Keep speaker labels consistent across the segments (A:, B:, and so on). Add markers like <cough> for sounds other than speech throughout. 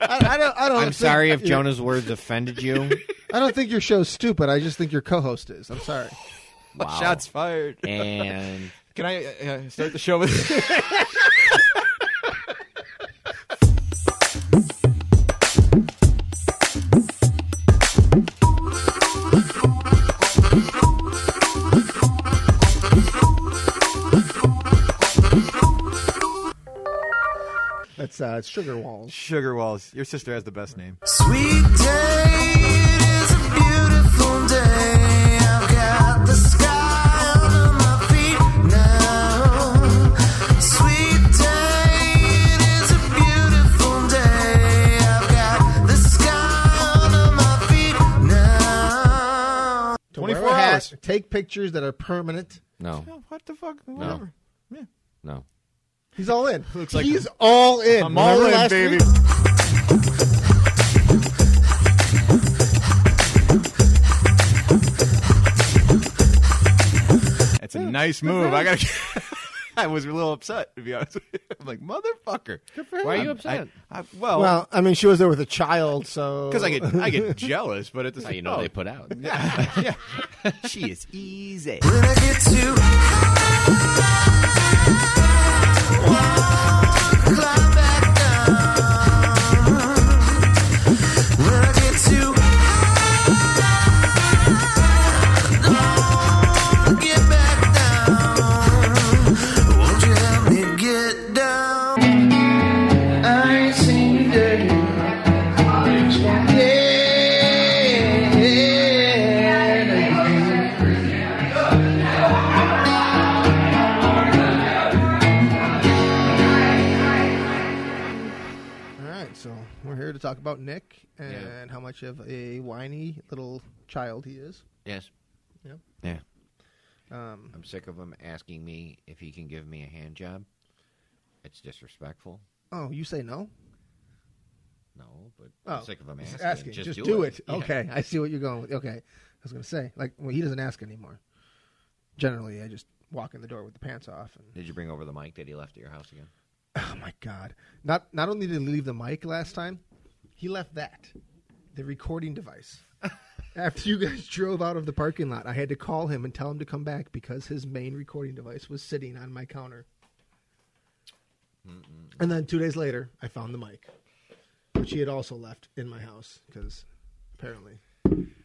A: I, I don't. I don't.
B: I'm
A: think
B: sorry if
A: your-
B: Jonah's words offended you.
A: I don't think your show's stupid. I just think your co-host is. I'm sorry.
B: Wow.
C: Shots fired.
B: <laughs> And
C: Can I uh, uh, start the show with? <laughs>
A: That's uh, it's Sugar Walls.
C: Sugar Walls. Your sister has the best name.
D: Sweet day, it is a beautiful day. I've got the sky under my feet now. Sweet day, it is a beautiful day. I've got the sky under my feet now.
A: To wear a
C: 24
A: hat,
C: hours.
A: Take pictures that are permanent.
B: no,
C: No, what the fuck? Whatever.
B: no.
A: He's all in.
C: Looks like-
A: He's all in.
C: I'm all
A: Remember
C: in,
A: last
C: baby.
A: week?
C: That's a nice move. I gotta. <laughs> I was a little upset to be honest. With you. I'm like motherfucker.
B: Why are
C: I'm-
B: you upset?
C: I, I, well,
A: Well, I mean, she was there with a child, so
C: because I get I get jealous,
B: <laughs>
C: but at the
B: Now
C: same
B: you know they put out.
C: yeah. she is easy.
D: When I get to climb back down. When I get to get back down. Won't you help me get down? I ain't seen you dirty. Yeah.
A: All right, so we're here to talk about Nick and
B: Yeah.
A: how much of a whiny little child he is.
B: Yes.
A: Yep.
B: Yeah.
A: Um,
B: I'm sick of him asking me if he can give me a hand job. It's disrespectful.
A: oh, you say no?
B: No, but
A: Oh,
B: I'm sick of him
A: He's
B: asking.
A: asking.
B: Just, do, it. Yeah.
A: Okay, I see what you're going with. Okay, I was going to say like well, he doesn't ask anymore. Generally, I just walk in the door with the pants off. And,
B: Did you bring over the mic that he left at your house again?
A: oh my god! Not not only did he leave the mic last time, he left that, the recording device. After you guys drove out of the parking lot, I had to call him and tell him to come back because his main recording device was sitting on my counter. And then two days later, I found the mic, which he had also left in my house because apparently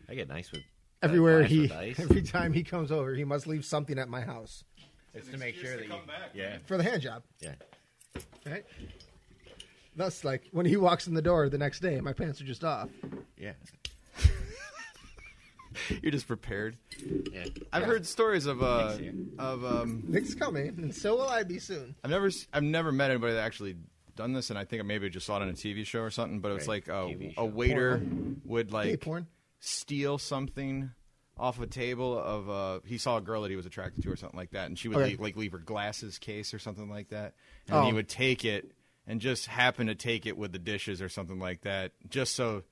B: I get nice with uh,
A: everywhere
B: nice
A: he
B: with <laughs>
A: <laughs>
B: ice.
A: every time he comes over he must leave something at my house
B: It's to make sure that you. yeah.
A: for the hand job
B: Yeah.
A: right thus like when he walks in the door the next day my pants are just off
B: Yeah.
C: You're just prepared.
B: Yeah.
C: I've heard stories of uh
B: Thanks, Ian.
C: of um
A: nick's coming and so will i be soon
C: I've never s- I've never met anybody that actually done this, and I think I maybe just saw it on a TV show or something. But it's
B: Right,
C: like a,
B: TV show.
C: a waiter would
A: gay
C: like
A: porn
C: steal something off a table of uh he saw a girl that he was attracted to or something like that and she would
A: Okay.
C: leave, like leave her glasses case or something like that and he
A: Oh.
C: would take it and just happen to take it with the dishes or something like that just so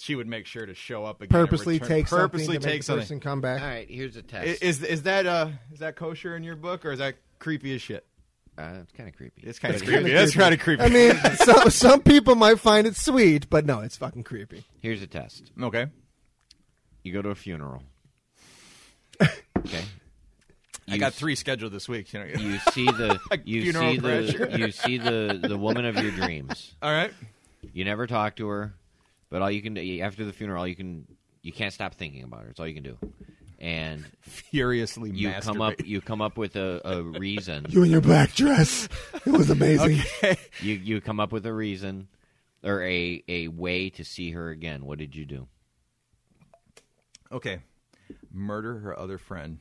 C: she would make sure to show up again and
A: purposely
C: return-
A: take
C: purposely
A: something to
C: take
A: make the
C: something
A: person come back
B: All right. Here's a
C: I-
B: test.
C: is is that uh is that kosher in your book or is that creepy as shit
B: uh, it's kind of creepy.
C: it's kind of
A: kinda
C: creepy that's
A: creepy.
C: kind of creepy
A: i <laughs> mean some, some people might find it sweet but no it's fucking creepy
B: Here's a test.
C: okay
B: You go to a
C: <laughs>
B: funeral. Okay.
C: i got three scheduled this week you know
B: You see
C: <laughs>
B: the you
C: funeral
B: see the
C: <laughs> pressure.
B: you see the the woman of your dreams.
C: all right
B: You never talk to her, but all you can do after the funeral, all you can you can't stop thinking about her. It's all you can do, and
C: furiously
B: you come
C: masturbate.
B: up you come up with a,
C: <laughs>
B: a reason.
A: you in your black dress it was amazing
B: you you come up with a reason or a a way to see her again. What did you do?
C: okay murder her other friend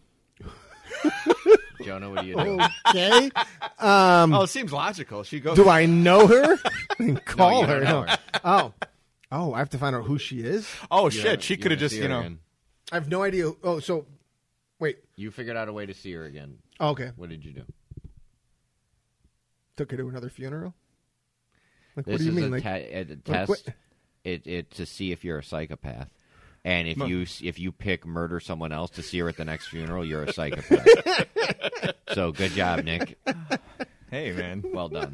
B: Jonah, what do you do?
A: <laughs> okay
C: oh it seems logical she goes
A: do i know <laughs> her Then call
B: you don't
A: her
B: know
A: no.
B: her.
A: oh oh i have to find out who she is
C: Oh
B: You
C: shit,
B: haven't-
C: she
B: you
C: could
B: haven't
C: have just
B: seen
C: you
B: her
C: know.
B: again.
A: I have no idea. Oh, so wait.
B: you figured out a way to see her again.
A: Oh, okay.
B: What did you do?
A: Took her to another funeral. Like,
B: This
A: what do you
B: is
A: mean?
B: a,
A: Like,
B: te- a a
A: like,
B: test.
A: what-
B: It it to see if you're a psychopath, and if
C: Mo-
B: you s- if you pick murder someone else
C: <laughs>
B: to see her at the next funeral, you're a psychopath. so good job, Nick.
C: Hey, man. <laughs>
B: Well done.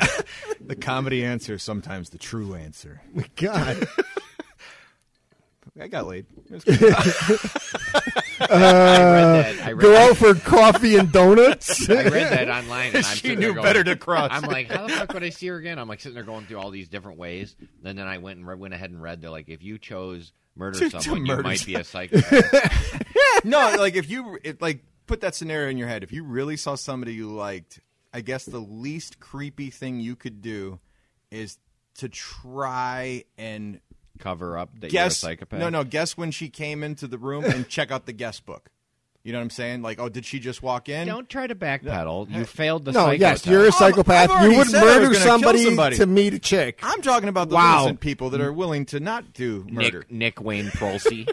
C: The comedy answer is sometimes the true answer.
A: My God.
C: I got laid. It was <laughs> good. Uh,
B: I read that. I
A: <laughs>
B: read,
A: Go out for coffee and
C: <laughs>
A: donuts.
B: I read that online. And I'm
C: She
B: sitting
C: knew
B: there going,
C: better to cross.
B: I'm like, how the fuck would I see her again? I'm like sitting there going through all these different ways. And then I went and read, went ahead and read. They're like, if you chose murder
C: To- to
B: someone, you
C: murder
B: might be a psychopath.
C: no, like if you it, like put that scenario in your head, if you really saw somebody you liked, I guess the least creepy thing you could do is to try and
B: Cover up that
C: guess.
B: you're a psychopath.
C: No, no, guess when she came into the
B: <laughs>
C: room and check out the guest book. You know what I'm saying? Like, oh, did she just walk in?
B: Don't try to backpedal. You failed the
A: no,
B: psycho
A: yes,
B: test.
A: you're a
C: I'm-
A: psychopath.
C: I've
A: you
C: already
A: would
C: said I was
A: murder
C: gonna kill
A: somebody,
C: somebody.
A: to meet a chick.
C: I'm talking about the
A: Wow.
C: innocent people that are willing to not do murder.
B: Mm. Nick, Nick Wayne Prolsey.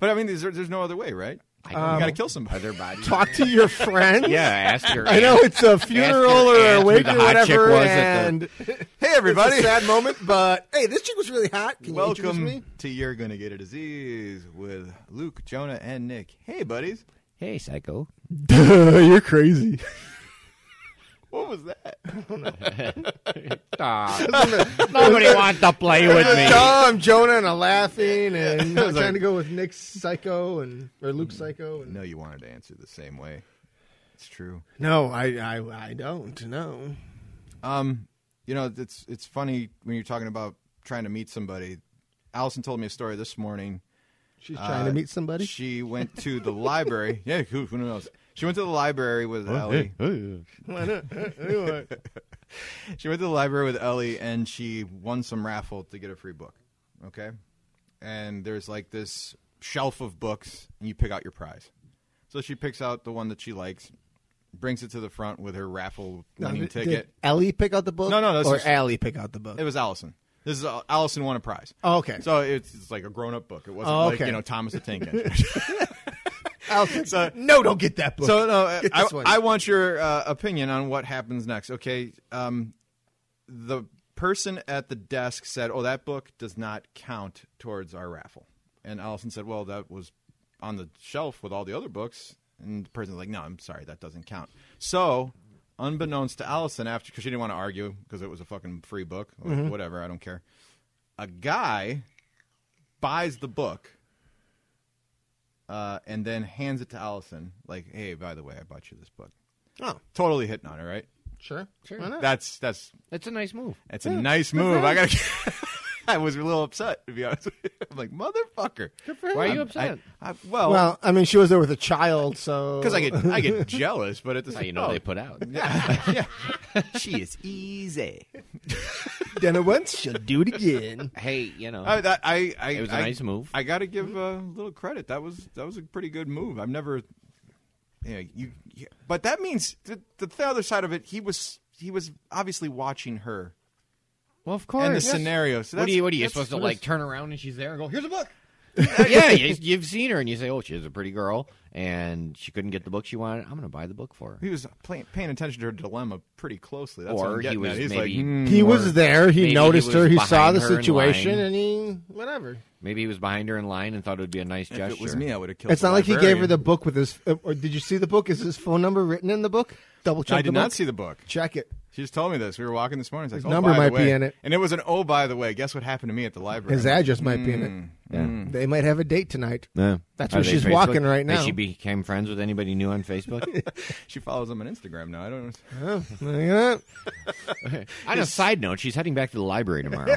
C: But I mean, there's, there's no other way, right?
B: I
C: you
B: don't know.
C: got to kill somebody.
B: Um, Are there
A: <laughs>
B: bodies?
A: Talk to your friend. <laughs>
B: yeah, ask
C: <laughs>
B: her.
A: I know it's a funeral or
B: ask
A: a
B: who
A: wake
B: the
A: or
B: hot chick
A: whatever,
B: was at the-
A: and
C: <laughs> Hey, everybody.
A: it's a sad moment. But hey, this chick was really hot. Can you
C: Welcome
A: introduce me?
C: to You're Gonna Get a Disease with Luke, Jonah, and Nick. Hey, buddies.
B: Hey, psycho.
A: Duh,
C: <laughs>
A: <laughs> you're crazy.
C: What was that?
B: <laughs> Nobody wants to play with me.
A: Dumb Jonah and a
C: <laughs>
A: laughing and I'm
C: was
A: trying
C: like-
A: to go with Nick's psycho and or Luke's psycho. And,
C: No, you wanted to answer the same way. It's true.
A: no, I, I I don't. No,
C: Um, you know, it's it's funny when you're talking about trying to meet somebody. Allison told me a story this morning.
A: she's trying to
C: Uh,
A: meet somebody.
C: She went to the
A: <laughs>
C: library. Yeah, who, who knows? She went to the library
A: Oh,
C: with Ellie.
A: Why not? Anyway.
C: She went to the library with Ellie and she won some raffle to get a free book. Okay? And there's like this shelf of books and you pick out your prize. So she picks out the one that she likes, brings it to the front with her raffle
A: No,
C: winning
A: did- did
C: ticket.
A: Ellie pick out the book?
C: No, no, this
A: or
C: is-
A: Allie pick out the book.
C: It was Allison. This is uh, Allison won a prize.
A: Oh, okay.
C: So it's, it's like a grown up book. It wasn't
A: Oh,
C: like,
A: okay.
C: you know, Thomas
A: <laughs>
C: the Tank Engine.
A: Allison's-
C: so-
A: <laughs> no, don't get that book.
C: So no, uh,
A: <laughs> Get
C: I,
A: this one.
C: I want your uh, opinion on what happens next. Okay, um, the person at the desk said, "Oh, that book does not count towards our raffle." And Allison said, "Well, that was on the shelf with all the other books." And the person's like, "No, I'm sorry, that doesn't count." So, unbeknownst to Allison, after because she didn't want to argue because it was a fucking free book, like,
A: Mm-hmm.
C: whatever, I don't care. A guy buys the book uh, and then hands it to Allison, like, "Hey, by the way, I bought you this book."
A: oh,
C: Totally hitting on her, right?
A: sure, sure.
C: That's that's
B: That's a nice
C: <laughs>
B: move.
C: that's a nice move. I got. <laughs> I was a little upset to be honest. With you. <laughs> I'm like, motherfucker.
B: Why are you
C: I'm-
B: upset?
C: I, I, well,
A: Well, I mean, she was there with a child, so
C: because I get I
B: <laughs>
C: get jealous, but at the
B: That's
C: same
B: how you know
C: oh,
B: they put
C: <laughs>
B: out.
C: Yeah, yeah. <laughs> she is easy.
A: dinner once, she'll do it again.
B: Hey, you know.
C: I, that, I, I,
B: It was a
C: I-
B: nice move.
C: I got to give a little credit. That was that was a pretty good move. I've never, you, know, you, you but that means the, the other side of it. He was he was obviously watching her
B: well, of course.
C: and the scenario. So
B: What
C: that's,
B: do you? What are you
C: that's-
B: supposed to
C: that's-
B: like? Turn around and she's there and go,
C: <laughs>
B: "Here's a book." yeah, you, you've seen her and you say, "Oh, she's a pretty girl," and she couldn't get the book she wanted. I'm going to buy the book for her.
C: He was playing, paying attention to her dilemma pretty closely. That's what
B: or
C: I'm
B: he
C: getting
B: was
C: at. He's
B: maybe
C: like, "Hmm."
A: He was there. He
B: maybe he
A: noticed
B: was
A: her. He saw
B: behind
A: the
B: her in
A: situation,
B: line.
A: and he whatever.
B: maybe he was behind her in line and thought it would be a nice
C: if
B: gesture.
C: it was me, I would have killed.
A: It's
C: the
A: not like he gave
C: librarian."
A: her the book with his. uh, Or did you see the book? Is his phone number written in the book? Double check.
C: I did
A: the book.
C: not see the book.
A: Check it.
C: She just told me this. We were walking this morning. It's like,
A: His
C: oh,
A: number
C: by the
A: might be
C: way.
A: in it.
C: and it was an oh by the way. Guess what happened to me at the library?
A: His address might be in it.
B: Yeah.
C: Mm.
A: They might have a date
B: <laughs>
A: tonight.
B: Yeah.
A: That's
B: Are
A: where
B: they
A: she's walking right
B: Hey,
A: now.
B: She became friends with anybody new on
A: <laughs>
B: Facebook.
C: She follows him on Instagram now. I don't.
A: Oh, look at that.
B: on a side note, she's heading back to the
A: <laughs>
B: library tomorrow.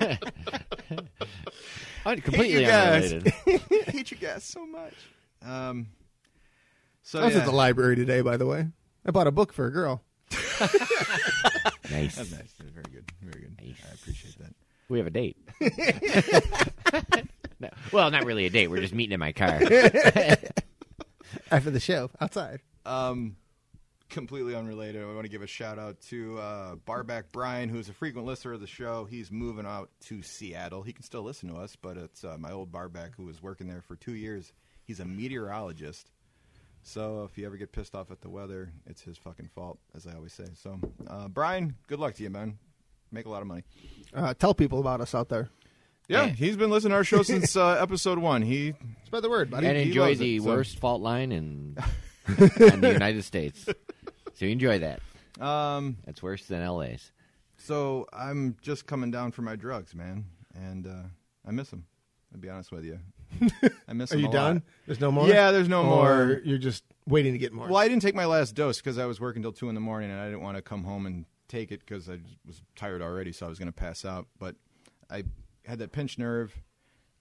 B: <laughs> Un- Oh, completely
C: guys.
B: unrelated.
C: I <laughs> hate you guys so much. Um, so
A: I was
C: yeah.
A: at the library today, by the way. I bought a book for a girl.
B: Nice.
C: That's nice. That's Very good. Very good. I appreciate that.
B: We have
A: <laughs>
B: a date. No. Well, not really a date. We're just meeting in
A: <laughs>
B: my car.
A: After the show, outside.
C: Um, completely unrelated. I want to give a shout out to uh, Barback Brian, who's a frequent listener of the show. He's moving out to Seattle. He can still listen to us, but it's uh, my old Barback who was working there for two years. He's a meteorologist. So if you ever get pissed off at the weather, it's his fucking fault, as I always say. So, uh, Brian, good luck to you, man. Make a lot of money.
A: Uh, tell people about us out there.
C: Yeah,
B: Yeah.
C: he's been listening to our show since uh, episode one. He
A: Spread the word, buddy.
B: and
C: he
B: enjoy
C: loves
B: the
C: it, so-
A: <laughs>
B: worst fault line in, in the United States. So you enjoy that.
C: Um,
B: That's worse than LA's.
A: <laughs>
C: so I'm just coming down for my drugs, man, and uh, I miss them. I'll be
A: <laughs>
C: honest with you. I miss
A: Are
C: them.
A: you
C: a
A: done?
C: lot.
A: There's no more.
C: Yeah, there's no
A: Or
C: more.
A: You're just waiting to get more.
C: Well, I didn't take my last dose because I was working till two in the morning, and I didn't want to come home and take it because I just was tired already, so I was going to pass out. But I had that pinched nerve,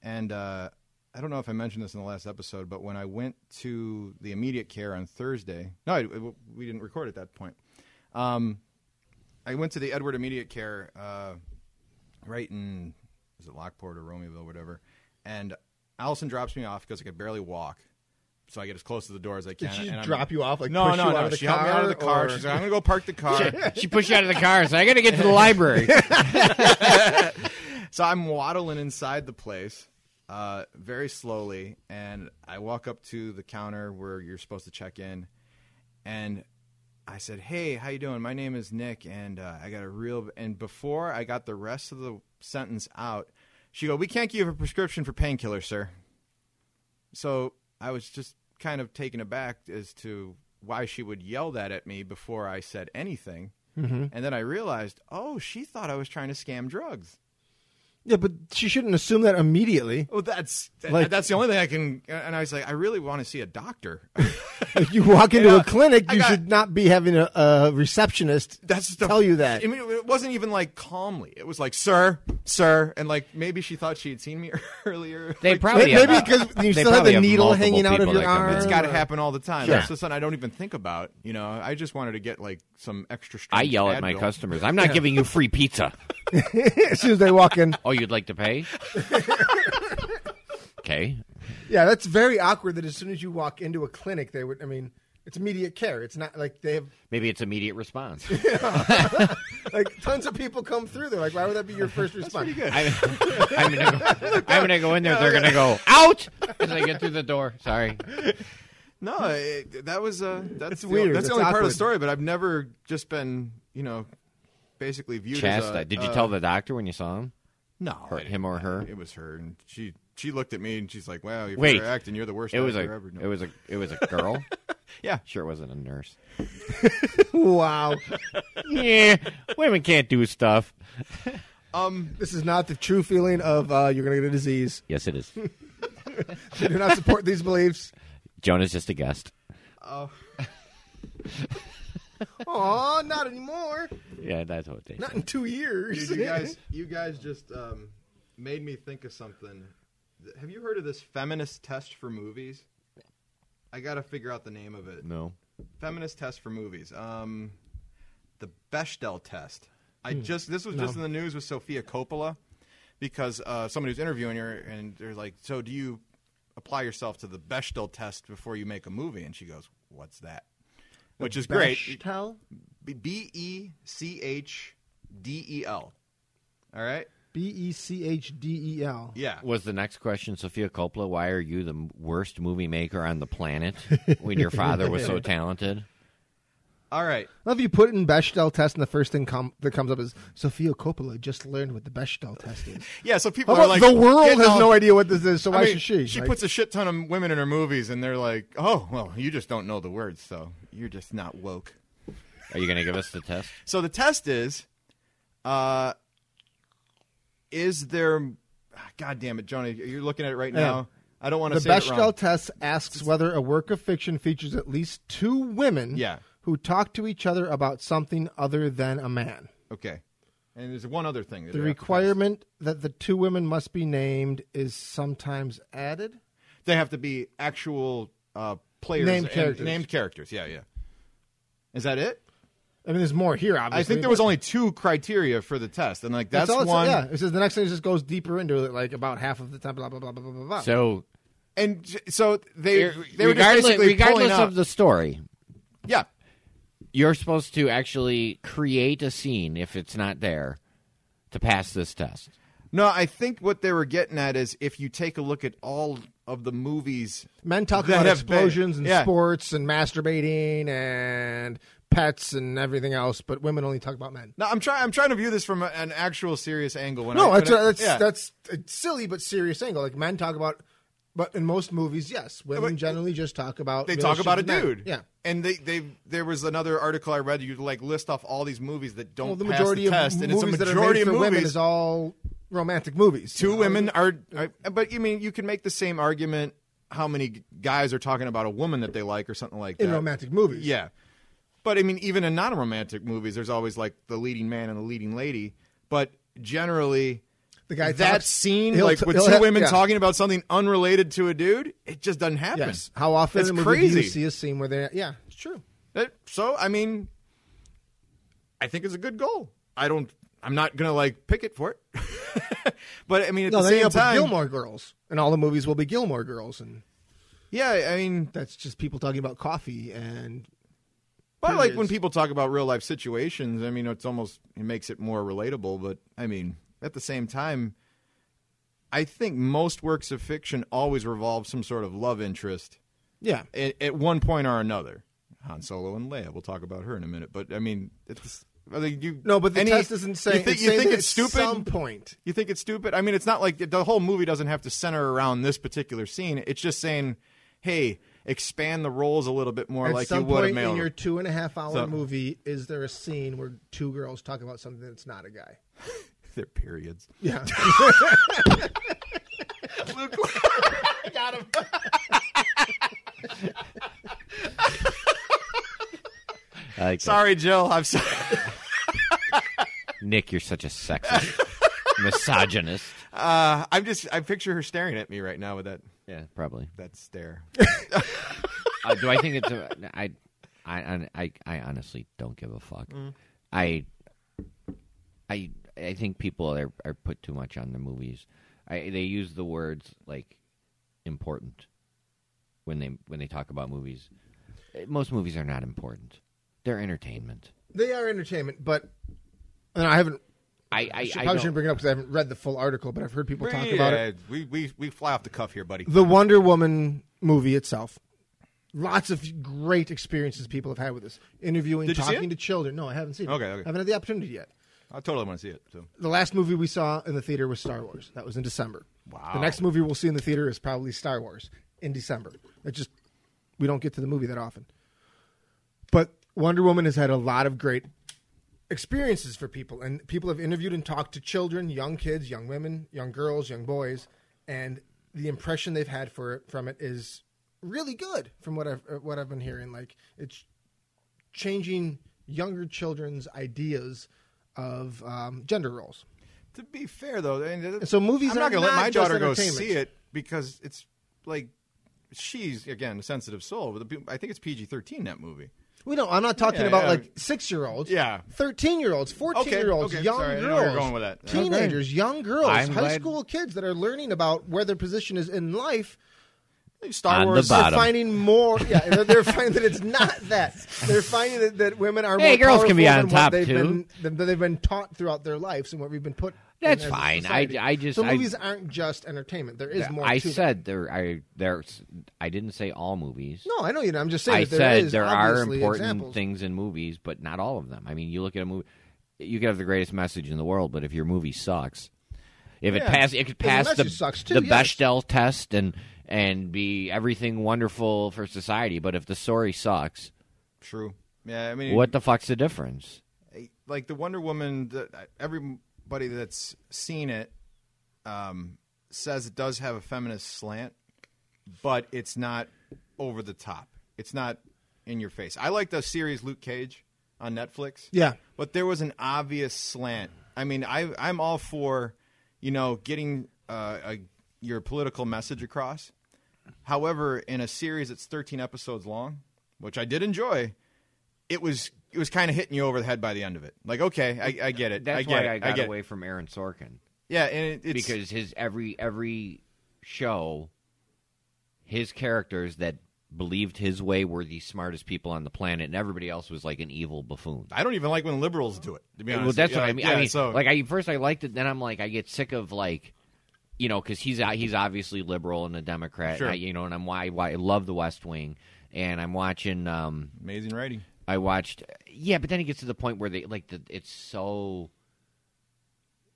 C: and uh, I don't know if I mentioned this in the last episode, but when I went to the immediate care on Thursday, no, I, we didn't record at that point. Um, I went to the Edward Immediate Care, uh, right in is it Lockport or Romeoville, whatever. And Allison drops me off because I could barely walk, so I get as close to the door as I can.
A: Did she
C: and I'm-
A: drop you off? Like
C: no,
A: push
C: no,
A: you
C: no.
A: Out of the
C: she
A: car,
C: helped me out of the car.
A: or-
C: She's like, I'm gonna go
A: <laughs>
C: park the car.
B: She pushed you out of the car, so I got to get to the library.
C: <laughs> so I'm waddling inside the place, uh, very slowly, and I walk up to the counter where you're supposed to check in, and I said, "Hey, how you doing? My name is Nick, and uh, I got a real." And before I got the rest of the sentence out, she go, "We can't give a prescription for painkillers, sir." So I was just kind of taken aback as to why she would yell that at me before I said anything. And then I realized, oh, she thought I was trying to scam drugs.
A: yeah, but she shouldn't assume that <laughs> immediately.
C: Well, Oh, that's that-
A: Like-
C: that's the only thing I can. And I was like, I really want to see a doctor. <laughs>
A: If you walk into
C: Yeah,
A: a clinic,
C: I
A: you
C: got-
A: should not be having a, a receptionist
C: that's the,
A: tell you that.
C: I mean, it wasn't even like calmly. It was like, sir, sir, and like maybe she thought she had seen me <laughs> earlier.
B: They
C: Like,
B: probably
A: Maybe
B: have-
A: because you
B: they
A: still have
B: probably
A: the needle
B: multiple
A: hanging out of
B: people
A: your
B: that come in.
A: arm.
C: it's
A: <laughs>
C: got to happen all the time.
A: Sure.
C: That's just something I don't even think about. You know, I just wanted to get like some extra.
B: I
C: strength
B: yell at my
C: Advil.
B: customers. I'm not giving you free pizza.
A: as soon as they walk in.
B: <laughs> Oh, you'd like to pay? <laughs> Okay.
A: Yeah, that's very awkward. That as soon as you walk into a clinic, they would. I mean, it's immediate care. It's not like they have
B: Maybe it's immediate <laughs> response.
A: like tons of people come through. They're like, why would that <laughs> be your first response?
B: I'm, I'm gonna go, I'm gonna go in there. They're gonna go out as I get through the door. <laughs> Sorry.
C: No, it, that was uh, that's the,
A: weird.
C: That's
A: It's
C: the only part of
A: awkward.
C: the story. But I've never just been, you know, basically viewed. As a,
B: Chasta. Did you
C: uh,
B: tell the doctor when you saw him?
C: No,
B: Or
C: I-
B: him or her?
C: It was her, and she she looked at me and she's like, "Wow, if
B: Wait.
C: you're acting, you're the worst
B: It was a
C: actor ever." No.
B: it was a it was a <laughs> girl.
C: yeah,
B: Sure, it wasn't a nurse.
A: Wow,
B: <laughs> Yeah, women can't do stuff.
C: <laughs> um,
A: this is not the true feeling of uh, you're going to get a disease.
B: Yes, it is.
A: They do not support these
C: <laughs>
A: beliefs.
B: Jonah's just a guest.
A: Oh, not anymore.
B: Yeah, that's what they.
A: Not in two years.
C: dude, you <laughs> guys, you guys just um, made me think of something. Th- Have you heard of this feminist test for movies? I gotta figure out the name of it.
B: No.
C: Feminist test for movies. Um, the Bechdel test. I
A: Hmm.
C: just this was just in the news with Sophia Coppola because uh, somebody was interviewing her and they're like, "So do you apply yourself to the Bechdel test before you make a movie?" And she goes, "What's that?" Which is great.
A: Bechtel?
C: B e c h d e l. All right.
A: B e c h d e l.
C: Yeah.
B: Was the next question Sophia Coppola? Why are you the worst movie maker on the
C: <laughs>
B: planet when your father was so talented?
C: All right.
A: I love you put in Bechdel test, and the first thing com- that comes up is Sophia Coppola just learned what the Bechdel test
C: <laughs>
A: is.
C: Yeah. So people
A: How
C: are
A: about
C: like
A: the world
C: getting
A: has
C: all-
A: no idea what this is, so why
C: I mean,
A: should she?
C: She
A: Like,
C: puts a shit ton of women in her movies, and they're like, "Oh, well, you just don't know the words, so you're just not woke."
B: Are you going to give us the test?
C: So the test is, uh, is there? God damn it, Johnny, you're looking at it right now. I don't want
A: the
C: to say it wrong.
A: Bechdel test asks whether a work of fiction features at least two women
C: Yeah.
A: who talk to each other about something other than a man.
C: okay, and there's one other thing. that
A: The
C: I have to
A: requirement that the two women must be named is sometimes added.
C: pass. They have to be actual uh, players,
A: Named
C: and-
A: characters.
C: Named characters. Yeah, yeah. Is that it?
A: I mean, there's more here, obviously.
C: I think there was only two criteria for the test, and like that's,
A: all it said,
C: one.
A: Yeah, it says the next thing just goes deeper into it, like about half of the time, blah, blah, blah, blah, blah, blah, blah.
B: So,
C: And j- so they they were just
B: regardless,
C: basically pulling
B: regardless
C: out.
B: of the story,
C: yeah.
B: you're supposed to actually create a scene if it's not there to pass this test.
C: No, I think what they were getting at is if you take a look at all of the movies,
A: Men talk
C: that
A: about
C: have
A: explosions
C: been-
A: and
C: yeah.
A: sports and masturbating and pets and everything else, but women only talk about men.
C: No, I'm trying. I'm trying to view this from a, an actual serious angle. When
A: No,
C: I,
A: that's
C: when I-
A: that's,
C: uh, yeah.
A: that's a silly but serious angle. Like men talk about But in most movies, yes, women
C: but-
A: generally just talk about
C: they talk about a
A: relationships with
C: dude.
A: men. Yeah.
C: and they they there was another article I read. You like list off all these movies that don't
A: Well, the
C: pass
A: majority
C: the test,
A: of
C: and
A: movies
C: it's a
A: that are
C: majority
A: made for
C: of
A: women
C: movies.
A: is all romantic movies.
C: two women are, are but you mean you can make the same argument how many g- guys are talking about a woman that they like or something like
A: in
C: that
A: romantic movies.
C: yeah but i mean even in non-romantic movies there's always like the leading man and the leading lady but generally
A: The guy
C: that
A: talks-
C: scene
A: he'll
C: like
A: t-
C: with
A: he'll
C: two
A: ha-
C: women
A: yeah.
C: talking about something unrelated to a dude it just doesn't happen
A: Yes. How often
C: it's
A: in a movie do
C: crazy
A: you see a scene where they're yeah, it's true.
C: that, so I mean, I think it's a good goal. I don't. I'm not gonna like pick it for it. <laughs> but I mean, at
A: No,
C: the
A: then you
C: same
A: have
C: time,
A: Gilmore Girls, and all the movies will be Gilmore Girls, and
C: yeah. I mean,
A: that's just people talking about coffee and
C: but like when
A: periods.
C: people talk about real life situations, I mean, it's almost it makes it more relatable. But I mean, at the same time, I think most works of fiction always revolve some sort of love interest
A: yeah.
C: at, at one point or another. Han Solo and Leia. We'll talk about her in a minute. But I mean, it's. I think you,
A: No, but the
C: any-
A: test isn't saying.
C: you think,
A: it's
C: you
A: saying
C: think
A: that
C: it's
A: at
C: stupid.
A: Some point,
C: You think it's stupid? I mean, it's not like the whole movie doesn't have to center around this particular scene. It's just saying, hey, expand the roles a little bit more
A: at
C: like
A: some
C: you would a
A: point
C: male.
A: in your two and a half hour
C: So-
A: movie, is there a scene where two girls talk about something that's not a guy?
C: They're periods.
A: Yeah,
B: I like that.
C: Sorry, Jill. I'm sorry.
B: Nick, you're such a sexist, misogynist.
C: <laughs> Uh, I'm just, I picture her staring at me right now with that,
B: Yeah, probably.
C: that stare.
B: Uh, do I think it's? A, I, I, I, I honestly don't give a fuck.
A: Mm.
B: I, I, I think people are, are put too much on the movies. I, they use the words like important when they when they talk about movies. Eh, Most movies are not important. They're entertainment.
A: they are entertainment, but and I haven't.
B: I, I,
A: should-
B: I
A: probably
B: don't-
A: shouldn't bring it up because I haven't read the full article, but I've heard people talk about it.
C: We, we, we fly off the cuff here, buddy.
A: The Wonder Woman movie itself. Lots of great experiences people have had with this. Interviewing,
C: Did you see
A: talking to
C: it?
A: children. No, I haven't seen
C: Okay,
A: it.
C: okay.
A: I haven't had the opportunity yet.
C: I totally want to see it. So.
A: The last movie we saw in the theater was Star Wars. That was in December.
C: Wow.
A: The next movie we'll see in the theater is probably Star Wars in December. It just we don't get to the movie that often. But Wonder Woman has had a lot of great experiences for people and people have interviewed and talked to children, young kids, young women, young girls, young boys and the impression they've had for from it is really good from what I've uh, what I've been hearing like it's changing younger children's ideas of um, gender roles.
C: To be fair, though, I mean,
A: So movies
C: I'm not
A: are
C: gonna let
A: not
C: my
A: just
C: daughter go
A: entertainment.
C: see it because it's like she's again a sensitive soul. But the- I think it's PG-13 that movie.
A: We don't. I'm not talking
C: Yeah,
A: about
C: yeah.
A: like six year olds,
C: Yeah.
A: thirteen year olds, fourteen year olds,
C: okay,
A: young
C: sorry, I know
A: girls,
C: where you're going with that.
A: teenagers, young girls,
B: I'm
A: high
B: glad-
A: school kids that are learning about where their position is in life.
C: Star
B: On the
C: Wars.
B: bottom.
A: They're finding more. Yeah, they're, they're finding that it's not that. They're finding that, that women are.
B: Hey,
A: more
B: girls can be
A: powerful
B: on
A: than what
B: top,
A: they've
B: too.
A: Been, than than they've been taught throughout their lives and what we've been put. in
B: That's
A: as a
B: fine. I-
A: society.
B: I just-
A: so
B: I-
A: movies aren't just entertainment. There is more.
B: I
A: to them.
B: said there. I there's. I didn't say all movies.
A: No, I know you. know, I'm just saying.
B: I
A: that there
B: said
A: is
B: there are
A: obviously
B: important
A: examples.
B: things in movies, but not all of them. I mean, you look at a movie, you could have the greatest message in the world, but if your movie sucks, if it
C: Yeah.
B: pass, it could
A: the
B: pass the,
A: message sucks too,
B: the
A: yes.
B: Bechdel test and and be everything wonderful for society. But if the story sucks,
C: True. Yeah, I mean,
B: what the fuck's the difference?
C: like the Wonder Woman. The, everybody that's seen it um, says it does have a feminist slant, but it's not over the top. It's not in your face. I like the series Luke Cage on Netflix.
A: Yeah.
C: but there was an obvious slant. I mean, I I'm all for, you know, getting uh, a, your political message across. However, in a series that's 13 episodes long, which I did enjoy, it was it was kind of hitting you over the head by the end of it. Like, okay, I, I get it.
B: That's
C: I get
B: why
C: it.
B: I got
C: get it.
B: away from Aaron Sorkin
C: Yeah, and it, it's
B: because his every every show, his characters that believed his way were the smartest people on the planet, and everybody else was like an evil buffoon.
C: I don't even like when liberals do it. To be honest,
B: Well, that's
C: Yeah,
B: what I mean.
C: yeah,
B: I mean,
C: so
B: like, I first I liked it, then I'm like, I get sick of like, you know, because he's out, he's obviously liberal and a Democrat,
C: Sure.
B: and I, you know, and I'm why why I love The West Wing, and I'm watching, um, <laughs>
C: amazing writing.
B: I watched, yeah, but then it gets to the point where they like the it's so.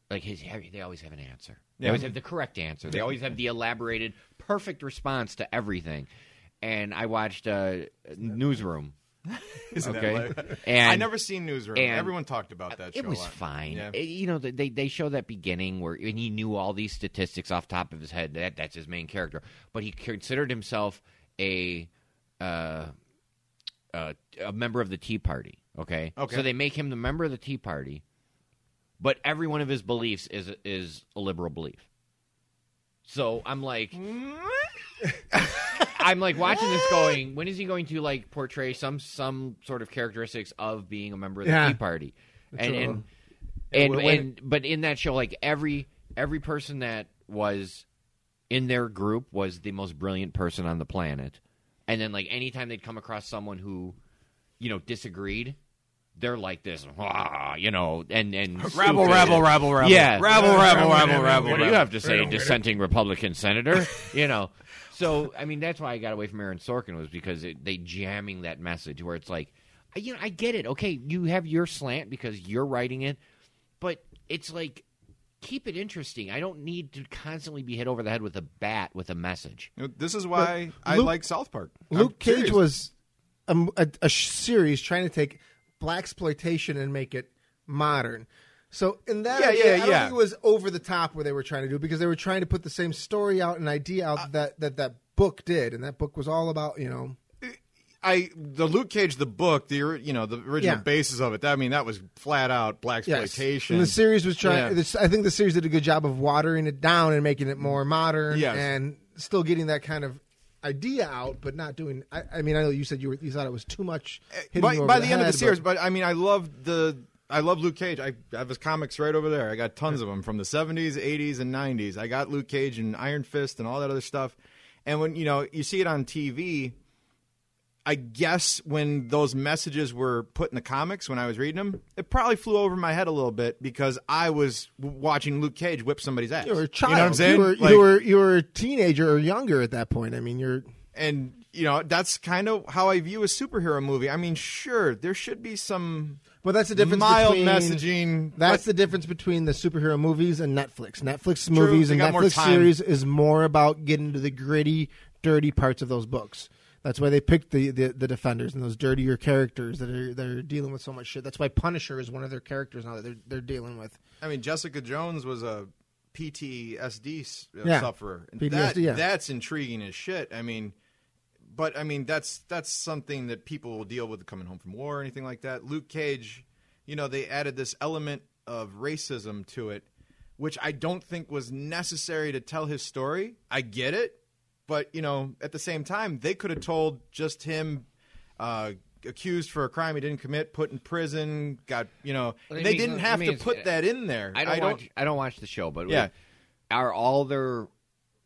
B: like his, they always have an answer. They
C: Yeah.
B: always have the correct answer. They always have the elaborated, perfect response to everything. And I watched uh, Newsroom.
C: Isn't
B: Okay.
C: that like-
B: And-
C: <laughs> I never seen Newsroom.
B: and-
C: Everyone talked about that. show
B: It was
C: a lot.
B: fine.
C: Yeah.
B: It- you know, they they show that beginning where and he knew all these statistics off top of his head. That that's his main character, but he considered himself a uh, uh, a member of the Tea Party. Okay,
C: Okay.
B: So they make him the member of the Tea Party, but every one of his beliefs is is a liberal belief. So I'm like, I'm like watching this, going, when is he going to like portray some some sort of characteristics of being a member of the
A: Yeah.
B: Tea Party? And
A: a-
B: and and,
A: Yeah,
B: and,
A: when-
B: but in that show, like every every person that was in their group was the most brilliant person on the planet, and then like anytime they'd come across someone who, you know, disagreed, they're like this, "Ah," you know, and and
C: Rabble,
B: stupid.
C: rabble, rabble, rabble.
B: Yeah.
C: Rabble, rabble, rabble, rabble.
B: What do you
C: rabble.
B: have to say, dissenting Republican senator? <laughs> you know, so I mean, that's why I got away from Aaron Sorkin was because it, they jamming that message where it's like, I- you know, I get it. Okay, you have your slant because you're writing it, but it's like, keep it interesting. I don't need to constantly be hit over the head with a bat with a message.
C: You know, This is why I
A: Luke-
C: like South Park. I'm
A: Luke Cage
C: serious.
A: was a, m- a- a sh- series trying to take black exploitation and make it modern. So in that,
C: Yeah,
A: idea,
C: yeah,
A: I don't
C: yeah.
A: think it was over the top where they were trying to do because they were trying to put the same story out and idea out that, that that book did, and that book was all about you know
C: I the Luke Cage the book the ori- you know the original
A: Yeah.
C: basis of it. That, I mean that was flat out black
A: yes.
C: exploitation.
A: And the series was trying.
C: Yeah.
A: This, I think the series did a good job of watering it down and making it more modern,
C: Yes.
A: and still getting that kind of idea out, but not doing. I, I mean, I know you said you were, you thought it was too much. hitting
C: Eh, by,
A: you over
C: by the, end of
A: head,
C: the series,
A: but-
C: but, I mean, I love the. I love Luke Cage. I I have his comics right over there. I got tons of them from the 70s, 80s, and 90s. I got Luke Cage and Iron Fist and all that other stuff. And when, you know, you see it on TV, I guess when those messages were put in the comics when I was reading them, it probably flew over my head a little bit because I was w- watching Luke Cage whip somebody's ass.
A: you were a child.
C: You know what I'm saying?
A: were,
C: Like-
A: you were you were a teenager or younger at that point. I mean, you're
C: and you know that's kind of how I view a superhero movie. I mean, sure, there should be some
A: Well, that's the difference
C: mild
A: between-
C: messaging.
A: that's
C: but
A: the difference between the superhero movies and Netflix. Netflix
C: True,
A: movies
C: they
A: and
C: got more
A: Netflix
C: time.
A: series is more about getting to the gritty, dirty parts of those books. That's why they picked the, the, the defenders and those dirtier characters that are that are dealing with so much shit. That's why Punisher is one of their characters now that they're they're dealing with.
C: I mean, Jessica Jones was a PTSD s- uh,
A: Yeah.
C: sufferer. And
A: PTSD,
C: that-
A: yeah.
C: that's intriguing as shit. I mean, but I mean, that's that's something that people will deal with coming home from war or anything like that. Luke Cage, you know, they added this element of racism to it, which I don't think was necessary to tell his story. I get it, but you know, at the same time, they could have told just him. Uh, accused for a crime he didn't commit put in prison got you know
B: Well, I
C: they
B: mean,
C: didn't
B: I
C: have
B: mean,
C: to
B: it's-
C: put that in there
B: I don't, watch, I don't watch the show, but
C: Yeah.
B: are all their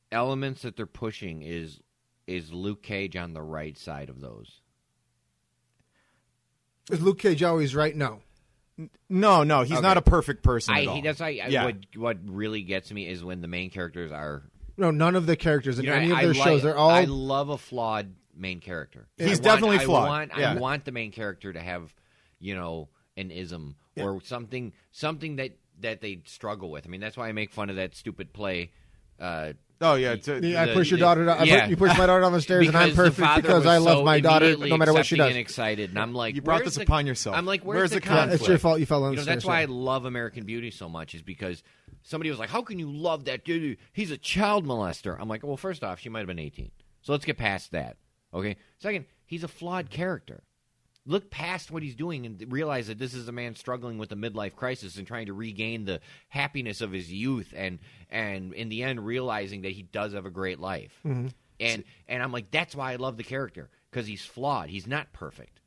B: elements that they're pushing is is Luke Cage on the right side of those?
A: Is Luke Cage always right? No.
C: No, no, he's
B: Okay.
C: not a perfect person at
B: I
C: all.
B: that's why I,
C: Yeah.
B: what what really gets me is when the main characters are
A: No, none of the characters in
B: you know,
A: any
B: I,
A: of their
B: I
A: shows
B: like,
A: they're all
B: I love a flawed main character.
C: He's
B: I want-
C: definitely flawed,
B: I want,
C: yeah.
B: I want the main character to have you know an ism or something something that that they struggle with. I mean that's why I make fun of that stupid play. Uh,
C: oh yeah, it's a-
A: Yeah, I
B: the-
A: push your
B: the-
A: daughter. Down,
B: yeah.
A: You push my daughter down
B: <laughs>
A: the stairs, and I'm
B: because the
A: perfect
B: father
A: because
B: was
A: I love
B: so
A: my daughter
B: immediately
A: no matter what she
B: accepting
A: does.
B: And excited, and I'm like,
C: You brought
B: where's
C: this
B: the-
C: upon yourself.
B: I'm like, where's,
C: Where's
B: the
C: the conflict?
B: conflict?
C: Yeah,
A: it's your fault. You fell on
B: You know,
A: the
B: that's
A: stairs,
B: why
A: yeah.
B: I love American Beauty so much is because somebody was like, "How can you love that dude? He's a child molester." I'm like, well, first off, she might have been 18, so let's get past that. Okay. Second, he's a flawed character. Look past what he's doing and realize that this is a man struggling with a midlife crisis and trying to regain the happiness of his youth, and and in the end realizing that he does have a great life. And and I'm like, that's why I love the character because he's flawed. He's not perfect.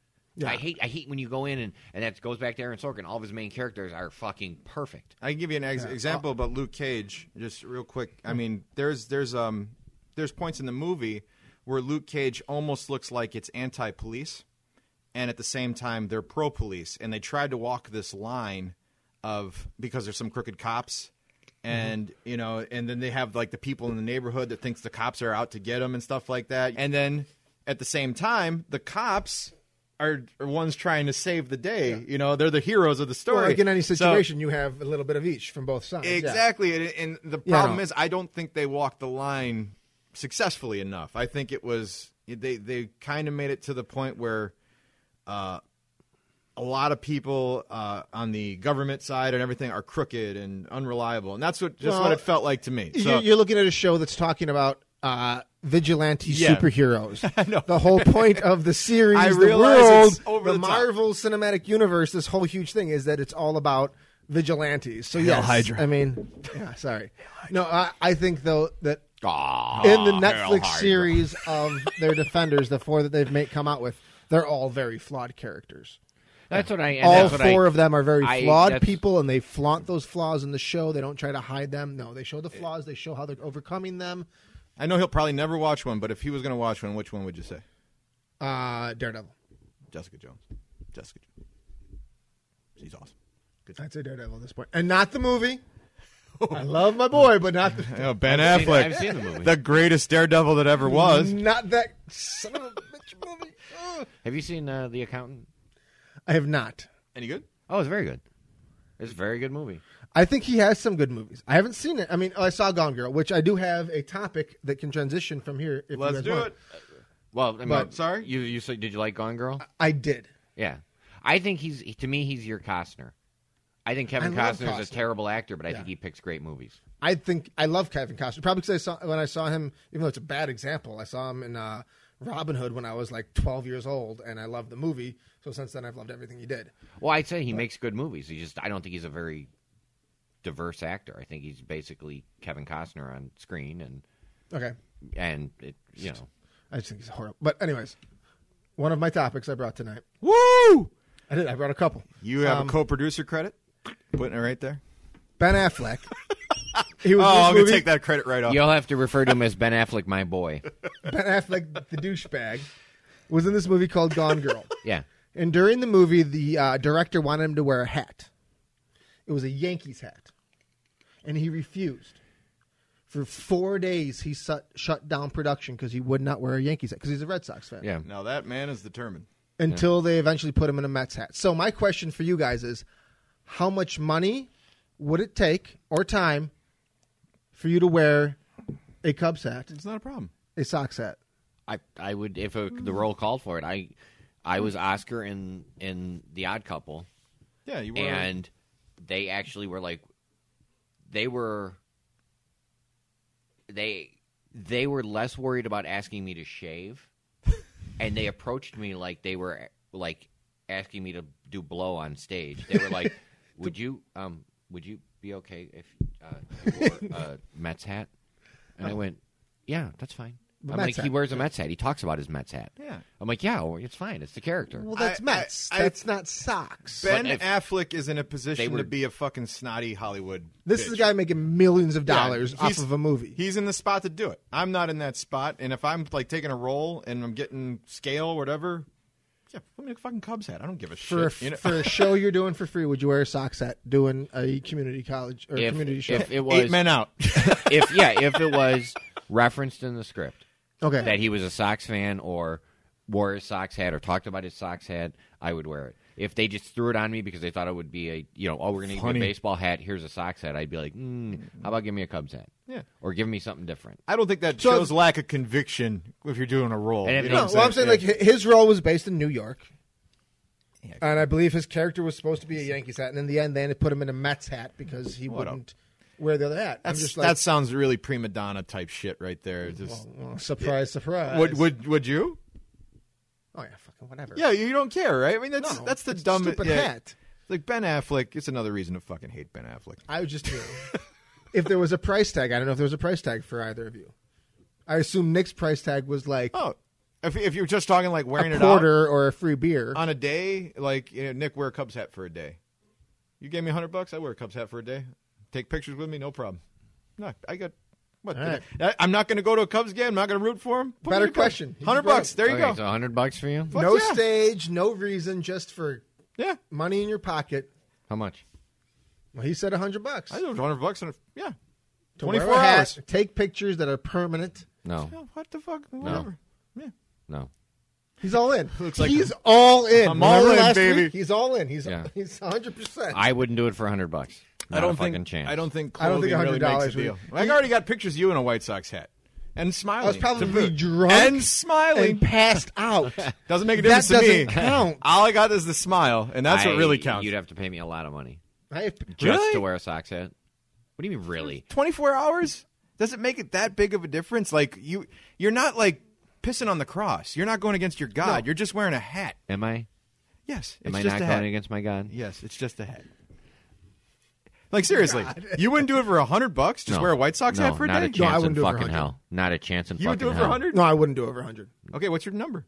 B: I hate I hate when you go in and and that goes back to Aaron Sorkin. All of his main characters are fucking perfect.
C: I can give you an ex- example about Luke Cage, just real quick. I mean, there's there's um there's points in the movie where Luke Cage almost looks like it's anti-police, and at the same time they're pro-police, and they tried to walk this line of because there's some crooked cops,
A: Mm-hmm.
C: and you know, and then they have like the people in the neighborhood that thinks the cops are out to get them and stuff like that, and then at the same time the cops are, are ones trying to save the day. You know, they're the heroes of the story.
A: Well, like in any
C: So-
A: situation, you have a little bit of each from both sides. yeah.
C: Exactly, and, and the problem is, I don't think they walked the line successfully enough. I think it was they they kind of made it to the point where uh, a lot of people uh, on the government side and everything are crooked and unreliable, and that's what just
A: Well,
C: what it felt like to me. So,
A: You- You're looking at a show that's talking about uh, vigilante
C: Yeah. <laughs>
A: superheroes. The whole point of the series,
C: I
A: the
C: realize
A: world,
C: it's over
A: the,
C: the top.
A: Marvel Cinematic Universe, this whole huge thing is that it's all about vigilantes. So yes,
C: Hydra.
A: I mean, yeah, sorry. No, I, I think though that
B: Ah,
A: in the
B: Hail
A: Netflix
B: Hydra.
A: series of their Defenders, the four that they've made come out with, they're all very flawed characters.
B: That's what I. And
A: all
B: that's what
A: four
B: I,
A: of them are very
B: I-
A: flawed
B: that's-
A: people, and they flaunt those flaws in the show. They don't try to hide them. No, they show the flaws. They show how they're overcoming them.
C: I know he'll probably never watch one, but if he was going to watch one, which one would you say?
A: Uh, Daredevil.
C: Jessica Jones. Jessica. Jones. She's awesome. Good.
A: I'd say Daredevil at this point, and not the
C: <laughs>
A: movie. I love my boy, but not the,
C: Oh, ben
B: I've seen-
C: Affleck,
B: I've seen the movie.
C: the greatest daredevil that ever was.
A: not that son of a bitch movie. Ugh.
B: Have you seen uh, the accountant?
A: I have not.
C: Any good?
B: Oh, it's very good. It's a very good movie.
A: I think he has some good movies. I haven't seen it. I mean, oh, I saw Gone Girl, which I do have a topic that can transition from here. If you
C: Let's
A: guys
C: do
A: want.
C: it.
B: Well, I mean,
A: But- Uh,
C: sorry?
B: you you said, did you like Gone Girl?
A: I did.
B: Yeah, I think he's he- to me he's your Costner. I think Kevin
A: I love
B: Costner is
A: Costner.
B: a terrible actor, but I
A: Yeah.
B: think he picks great movies.
A: I think I love Kevin Costner. Probably because I saw when I saw him, even though it's a bad example, I saw him in uh, Robin Hood when I was like 12 years old, and I loved the movie. So since then, I've loved everything he did.
B: Well, I'd say he makes good movies. He just I don't think he's a very diverse actor. I think he's basically Kevin Costner on screen, and
A: Okay,
B: and it, you know
A: I just think he's horrible. But anyways, one of my topics I brought tonight.
C: Woo!
A: I did. I brought a couple.
C: You have
A: Um,
C: a co-producer credit. Putting it right there.
A: Ben Affleck. He was
C: <laughs> Oh,
A: in this
C: I'm gonna
A: movie.
C: take that credit right off.
B: <laughs> you'll have to refer to him as Ben Affleck, my boy.
A: Ben Affleck, the douchebag, was in this movie called Gone Girl.
B: Yeah,
A: And during the movie, the uh, director wanted him to wear a hat. It was a Yankees hat, and he refused. For four days, he shut, shut down production because he would not wear a Yankees hat because he's a Red Sox fan.
B: yeah.
C: Now that man is determined.
A: Until they eventually put him in a Mets hat. So my question for you guys is, how much money would it take or time for you to wear a Cubs hat,
C: It's not a problem.
A: a Sox hat?
B: I I would if uh the role called for it. I I was Oscar in in The Odd Couple,
C: Yeah, you were.
B: and they actually were like they were they they were less worried about asking me
A: <laughs>
B: to shave, and they approached me like they were like asking me to do blow on stage. They
A: <laughs>
B: were like, "Would you um would you be okay if uh, you
A: <laughs>
B: wore a Mets hat?" And I went, "Yeah, that's fine."
A: Oh. The
B: I'm
A: Mets
B: like, he
A: hat.
B: wears a Mets hat. He talks about his Mets hat.
C: Yeah.
B: I'm like, yeah, well, it's fine. It's the character.
A: Well,
C: I-
A: that's Mets.
C: I- I-
A: that's not socks.
C: Ben
B: if-
C: Affleck is in a
B: They
C: position
B: were-
C: to be a fucking snotty Hollywood.
A: This
C: bitch.
A: is a guy making millions of
C: Yeah,
A: dollars off
C: he's-
A: of a movie.
C: He's in the spot to do it. I'm not in that spot, and if I'm like taking a role and I'm getting scale or whatever, yeah, put me in a fucking Cubs hat. I don't give a
A: for a,
C: shit. you know?
A: for a show you're doing for free, would you wear a sock set doing a community college or
B: if,
A: community show?
B: if it was
C: Eight men out.
B: if yeah, if it was referenced in the script
A: <laughs> okay,
B: that he was a Sox fan or wore his Sox hat or talked about his Sox hat, I would wear it. If they just threw it on me because they thought it would be a you know oh we're gonna give you a
C: Funny.
B: baseball hat here's a Sox hat I'd be like mm, how about give me a Cubs hat
C: Yeah.
B: or give me something different
C: I don't think that
A: So-
C: shows lack of conviction if you're doing a role.
B: And if
C: you
B: they-
C: know
A: no, well, I'm saying like
C: Yeah.
A: hi- his role was based in New York,
C: Yeah.
A: and I believe his character was supposed to be a Yankees hat, and in the end, they had to put him in a Mets hat because he
C: What a-
A: wouldn't wear the other hat.
C: That's,
A: I'm just like, oh,
C: that sounds really prima donna type shit right there. Just
A: well, surprise, surprise.
C: would would would you?
A: oh yeah, fucking whatever.
C: Yeah, you don't care, right? I mean, that's
A: No,
C: that's the
A: it's a
C: dumb
A: stupid
C: yeah.
A: hat.
C: Like Ben Affleck, it's another reason to fucking hate Ben Affleck.
A: I would just do. if there was a price tag, I don't know if there was a price tag for either of you. I assume Nick's price tag was like
C: Oh, if if you're just talking like wearing
A: a
C: it out
A: quarter or a free beer.
C: on a day, like you know, Nick wear a Cubs hat for a day. You gave me a hundred bucks, I wear a Cubs hat for a day. Take pictures with me, no problem. No, I got. What,
A: All right.
C: I, am not going to go to a Cubs game. I'm not going to root for him.
A: Better question. He
C: Hundred
A: brought
C: bucks.
A: it.
C: There you
B: okay,
C: go.
B: so hundred bucks for you
C: Fuck
A: no
C: yeah.
A: stage, no reason, just for
C: Yeah,
A: money in your pocket.
B: how much
A: Well, he said a hundred bucks.
C: I know hundred bucks. And yeah,
A: To wear a
C: 24
A: hat,
C: hours.
A: Take pictures that are permanent.
B: no
C: Yeah, what the fuck? Whatever. Yeah.
B: no
A: He's all in.
C: <laughs> Looks like-
A: he's all in.
C: I'm all
A: Remember
C: in,
A: last
C: baby.
A: Week? He's all in. He's
B: Yeah.
A: he's 100. percent
B: I wouldn't do it for hundred bucks. Not
C: I don't
B: a fucking
C: think.
B: chance.
C: I don't think
A: I
C: clothing
A: don't think
C: really makes
A: $100
C: a
A: would-
C: deal. Well, I already got pictures of you in a White Sox hat and smiling.
A: I was probably
C: to boot.
A: drunk
C: and smiling.
A: And passed
C: <laughs>
A: out.
C: doesn't make a
A: that
C: difference
A: doesn't
C: to me.
A: count.
C: <laughs> All I got is the smile, and that's
B: I-
C: what really counts.
B: You'd have to pay me a lot of money
A: I have,
B: just
C: Really?
B: to wear a socks hat. What do you mean, really?
C: 24 hours does it make it that big of a difference like you you're not like pissing on the cross you're not going against your god you're just wearing a hat
B: Am I?
C: yes
B: Am
C: it's
B: I
C: just
B: not
C: a
B: going
C: hat
B: against my God?
C: yes it's just a hat like seriously you wouldn't do it for a hundred bucks just wear a white sox
B: no,
C: hat for a
B: not
C: day
B: a
A: No, I
B: chance in
A: wouldn't do it for
B: fucking
A: 100.
B: hell. Not a chance in
C: you would
B: fucking
C: do it for
B: hell.
C: a hundred
A: no, I wouldn't do over 100.
C: okay what's your number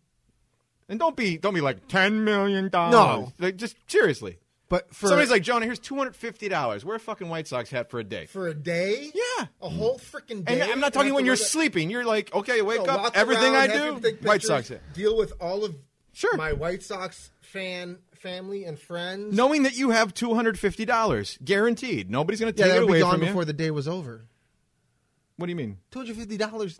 C: and don't be don't be like 10 million dollars
A: No.
C: like just seriously
A: But for
C: somebody's like jonah here's 250 dollars wear a fucking white sox hat for a day
A: for a day,
C: Yeah.
A: a whole freaking day.
C: and I'm not
A: I
C: talking
A: have
C: when
A: to
C: you're
A: wear that-
C: sleeping. You're like, okay, wake
A: No,
C: up.
A: walk
C: Everything I
A: around,
C: do,
A: have to take
C: White
A: pictures,
C: Sox. hat.
A: Deal with all of
C: Sure.
A: my White Sox fan family and friends.
C: knowing that you have two hundred fifty dollars guaranteed. Nobody's going to
A: yeah,
C: take it
A: that'll
C: away
A: be gone
C: from you.
A: before the day was over.
C: What do you mean,
A: Two hundred fifty dollars.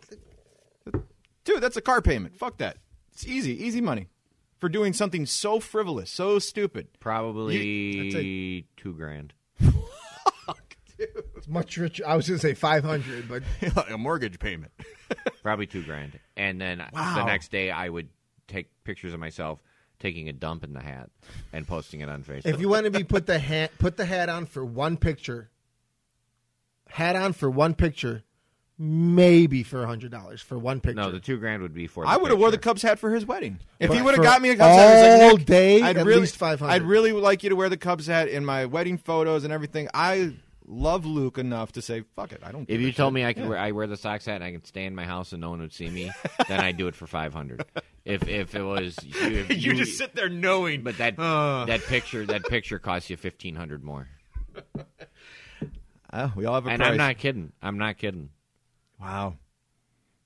C: dude? That's a car payment. Fuck that. It's easy, easy money for doing something so frivolous, so <laughs> stupid.
B: Probably
A: I'd
B: two grand.
A: It's much richer. I was going to say five hundred, but
C: a mortgage payment.
B: Probably two grand. And then the
C: Wow.
B: next day, I would take pictures of myself taking a dump in the hat and posting it on
A: <laughs>
B: Facebook.
A: if you want to be put the hat put the hat on for one picture, hat on for one picture, maybe for hundred dollars for one picture. <laughs>
B: no, the two grand would be for. The
C: I would have wore the <laughs>
B: picture.
C: Cubs hat for his wedding. If he
A: But
C: would
A: for
C: have got me a Cubs hat, he's like,
A: all
C: "Nick,
A: day,
C: I'd
A: at
C: really,
A: least 500.
C: I'd really like you to wear the Cubs hat in my wedding photos and everything. I love Luke enough to say, fuck it, I don't.
B: If
C: give a
B: you
C: shit."
B: told me I could wear, I wear the socks hat and I could stay in my house and no one would see
C: <laughs>
B: me, then I'd do it for five hundred. If if it was you, if
C: <laughs> you just sit there knowing,
B: but that
C: Uh.
B: that picture that picture costs you fifteen hundred more.
C: Oh, we all have a
B: And
C: price.
B: I'm not kidding. I'm not kidding.
C: Wow.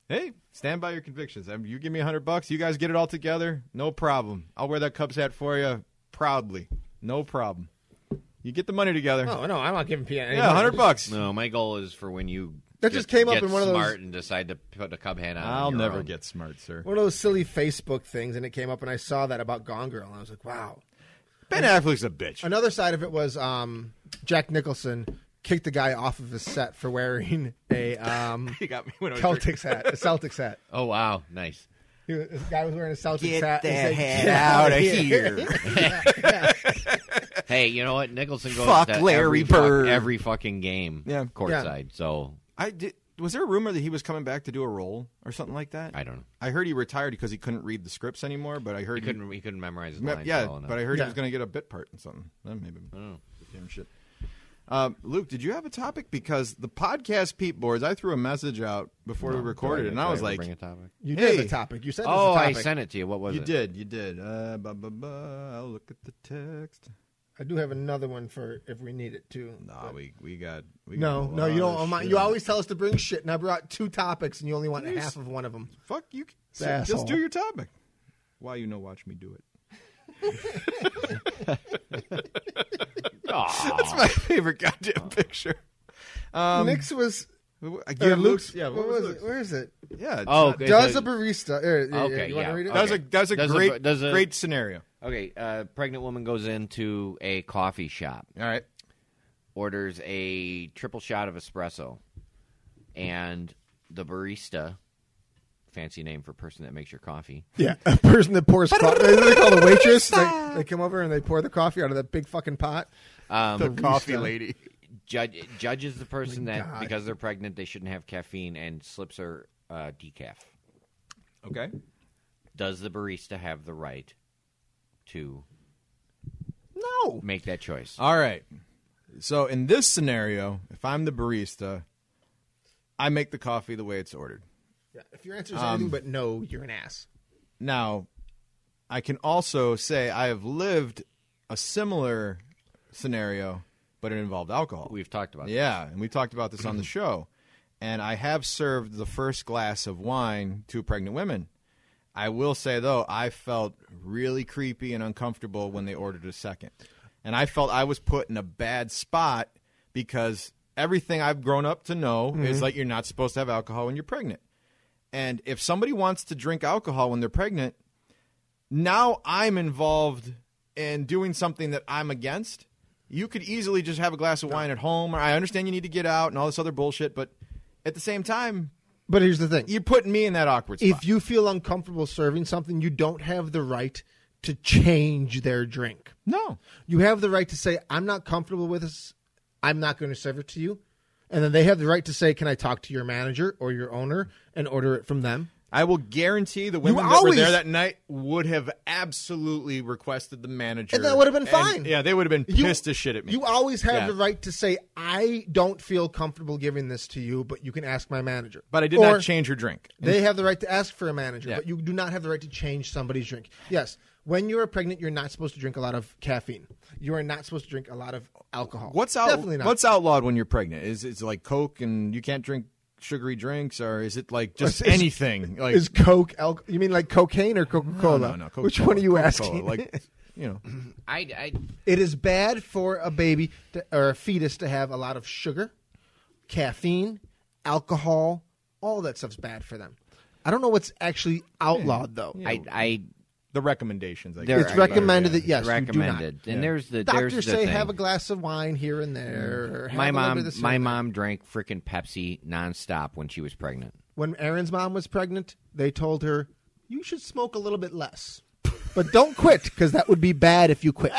C: Hey, stand by your convictions. I mean, you give me a hundred bucks, you guys get it all together, no problem. I'll wear that Cubs hat for you proudly, no problem. You get the money together.
A: Oh, no, no, I'm not giving PN. any
C: yeah,
A: money.
C: hundred bucks.
B: No, my goal is for when you
A: That
B: get-
A: just came up
B: get
A: in one of those-
B: smart and decide to put a cub hat on.
C: I'll
B: your
C: never
B: own.
C: get smart, sir.
A: One of those silly Facebook things, and it came up, and I saw that about Gone Girl, and I was like, wow.
C: Ben Affleck's a bitch.
A: Another side of it was um, Jack Nicholson kicked the guy off of his set for wearing a
B: <laughs>
A: um,
C: He got me when I was drinking.
A: Celtics hat. A Celtics hat.
B: Oh wow, nice.
A: He was, this guy was wearing a Celtics
C: Get
A: hat. He said,
C: that hat
A: "Get
C: outta
A: outta
B: Hey, you know what? Nicholson goes
C: Fuck
B: to
C: Larry
B: every, fuck-
C: Bird.
B: every fucking game.
C: Yeah.
B: courtside. So
C: <laughs> I did. Was there a rumor that he was coming back to do a role or something like that?
B: I don't know.
C: I heard he retired because he couldn't read the scripts anymore. But I heard
B: He couldn't he couldn't memorize his
C: Me-
B: lines
C: yeah,
B: well enough.
C: but I heard
A: Yeah.
C: he was going to get a bit part in something. Then maybe damn shit. Uh, Luke, did you have a topic? Because the podcast peep boards, I threw a message out before we recorded,
B: Did
C: and I
B: did
C: was
B: ever
C: like,
B: bring a topic.
A: You did
C: Hey.
A: the topic. You said this
B: Oh,
A: was a
B: I
A: topic.
B: sent it to you. What was
C: "You
B: it?
C: did, you did." Uh, ba, ba, ba, I'll look at the text.
A: I do have another one for if we need it too.
C: Nah, we we got we
A: No,
C: got a
A: no, you
C: lot
A: don't.
C: of
A: want my-
C: shit.
A: you always tell us to bring shit, and I brought two topics, and you only want
C: Nice.
A: half of one of them.
C: fuck you.
A: It's
C: so just
A: asshole.
C: do your topic. Why you know? Watch me do it.
B: Aw.
C: <laughs> That's my favorite goddamn picture. Um,
A: Nick's was
C: yeah,
A: or Uh, Luke's.
C: Yeah,
A: what, was, it? Where is it?
C: Yeah. it's
B: Oh,
C: not-
B: okay.
A: Does
B: so-
A: a barista? Here, here,
B: Okay,
A: you want
B: yeah,
A: to read it?
B: okay.
C: that was a that was a
B: Does a-
C: great
B: does a-
C: great scenario.
B: Okay, uh, pregnant woman goes into a coffee shop,
C: All right.
B: orders a triple shot of espresso, and the barista, fancy name for person that makes your coffee,
A: <laughs> Yeah, a person that pours coffee. They, they call the waitress. They, they come over and they pour the coffee out of that big fucking pot.
B: um,
A: The coffee
C: lady.
B: judge, judges the person that
A: God.
B: because they're pregnant they shouldn't have caffeine and slips her uh, decaf.
C: Okay.
B: Does the barista have the right to
A: No, Uh,
B: make that choice?
C: All right. So in this scenario, if I'm the barista, I make the coffee the way it's ordered.
A: yeah, if your answer is
C: Um,
A: anything but no, you're an ass.
C: Now, I can also say I have lived a similar scenario, but it involved alcohol.
B: We've talked about that.
C: Yeah, and we talked about this on the show. And I have served the first glass of wine to pregnant women. I will say though, I felt really creepy and uncomfortable when they ordered a second. And I felt I was put in a bad spot because everything I've grown up to know is like you're not supposed to have alcohol when you're pregnant. And if somebody wants to drink alcohol when they're pregnant, now I'm involved in doing something that I'm against. You could easily just have a glass of wine at home. Or I understand you need to get out and all this other bullshit, but at the same time,
A: But here's the thing:
C: you're putting me in that awkward spot.
A: if you feel uncomfortable serving something, you don't have the right to change their drink.
C: no,
A: You have the right to say, "I'm not comfortable with this. I'm not going to serve it to you." And then they have the right to say, "Can I talk to your manager or your owner and order it from them?"
C: I will guarantee the women that were
A: always-
C: there that night would have absolutely requested the manager,
A: And that would have been fine.
C: yeah, they would have been
A: You-
C: pissed as shit at me.
A: You always have
C: Yeah.
A: the right to say, "I don't feel comfortable giving this to you, but you can ask my manager."
C: but I did
A: Or-
C: not change her drink.
A: They have the right to ask for a manager,
C: Yeah.
A: but you do not have the right to change somebody's drink. Yes, when you are pregnant, you're not supposed to drink a lot of caffeine. You are not supposed to drink a lot of alcohol.
C: What's out?
A: Definitely not.
C: What's outlawed when you're pregnant? Is it's like Coke and you can't drink sugary drinks, or is it <laughs> like just
A: Is- is-
C: anything? Like
A: is Coke? Al- you mean like cocaine or Coca
C: no,
A: Cola?
C: Oh, no, no, Coca-Cola,
A: Which one are you
C: Coca-Cola,
A: asking? <laughs>
C: Like you know,
B: I, I,
A: it is bad for a baby to, or a fetus to have a lot of sugar, caffeine, alcohol. All that stuff's bad for them. I don't know what's actually outlawed though.
B: I, I
C: the recommendations. I
B: There
C: guess.
A: it's
B: I-
A: recommended
C: Yeah.
A: that yes, You do
B: recommended.
A: not.
B: And there's the
A: Doctors
B: there's the
A: say
B: thing.
A: have a glass of wine here and there. or have
B: my
A: a little bit
B: mom,
A: of this
B: my
A: here and there.
B: mom drank frickin' Pepsi nonstop when she was pregnant.
A: When Aaron's mom was pregnant, they told her you should smoke a little bit less, but don't quit because that would be bad if you quit.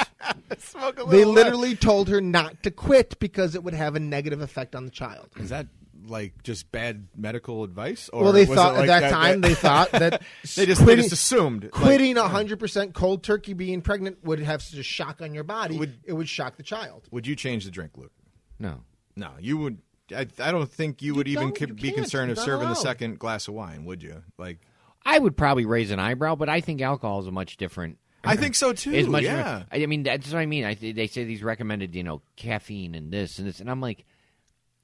C: Smoke a
A: they
C: little less.
A: literally told her not to quit because it would have a negative effect on the child.
C: is that like just bad medical advice? Or
A: well, they
C: was
A: thought
C: it like
A: at that, time they thought that
C: <laughs> They just- they
A: quitting-
C: just assumed, like-
A: quitting hundred percent cold turkey, being pregnant would have such a shock on your body.
C: Would-
A: it would shock the child.
C: would you change the drink, Luke?
B: No,
C: No, you would. I, I don't think you, would even
A: don't-
C: co-
A: you
C: be
A: can't.
C: concerned of
A: Not
C: serving the
A: allowed.
C: second glass of wine, would you? Like,
B: I would probably raise an eyebrow, but I think alcohol is a much different.
C: I think so too.
B: Is much.
C: yeah.
B: I mean, that's what I mean. I, they say these recommended, you know, caffeine and this and this, and I'm like,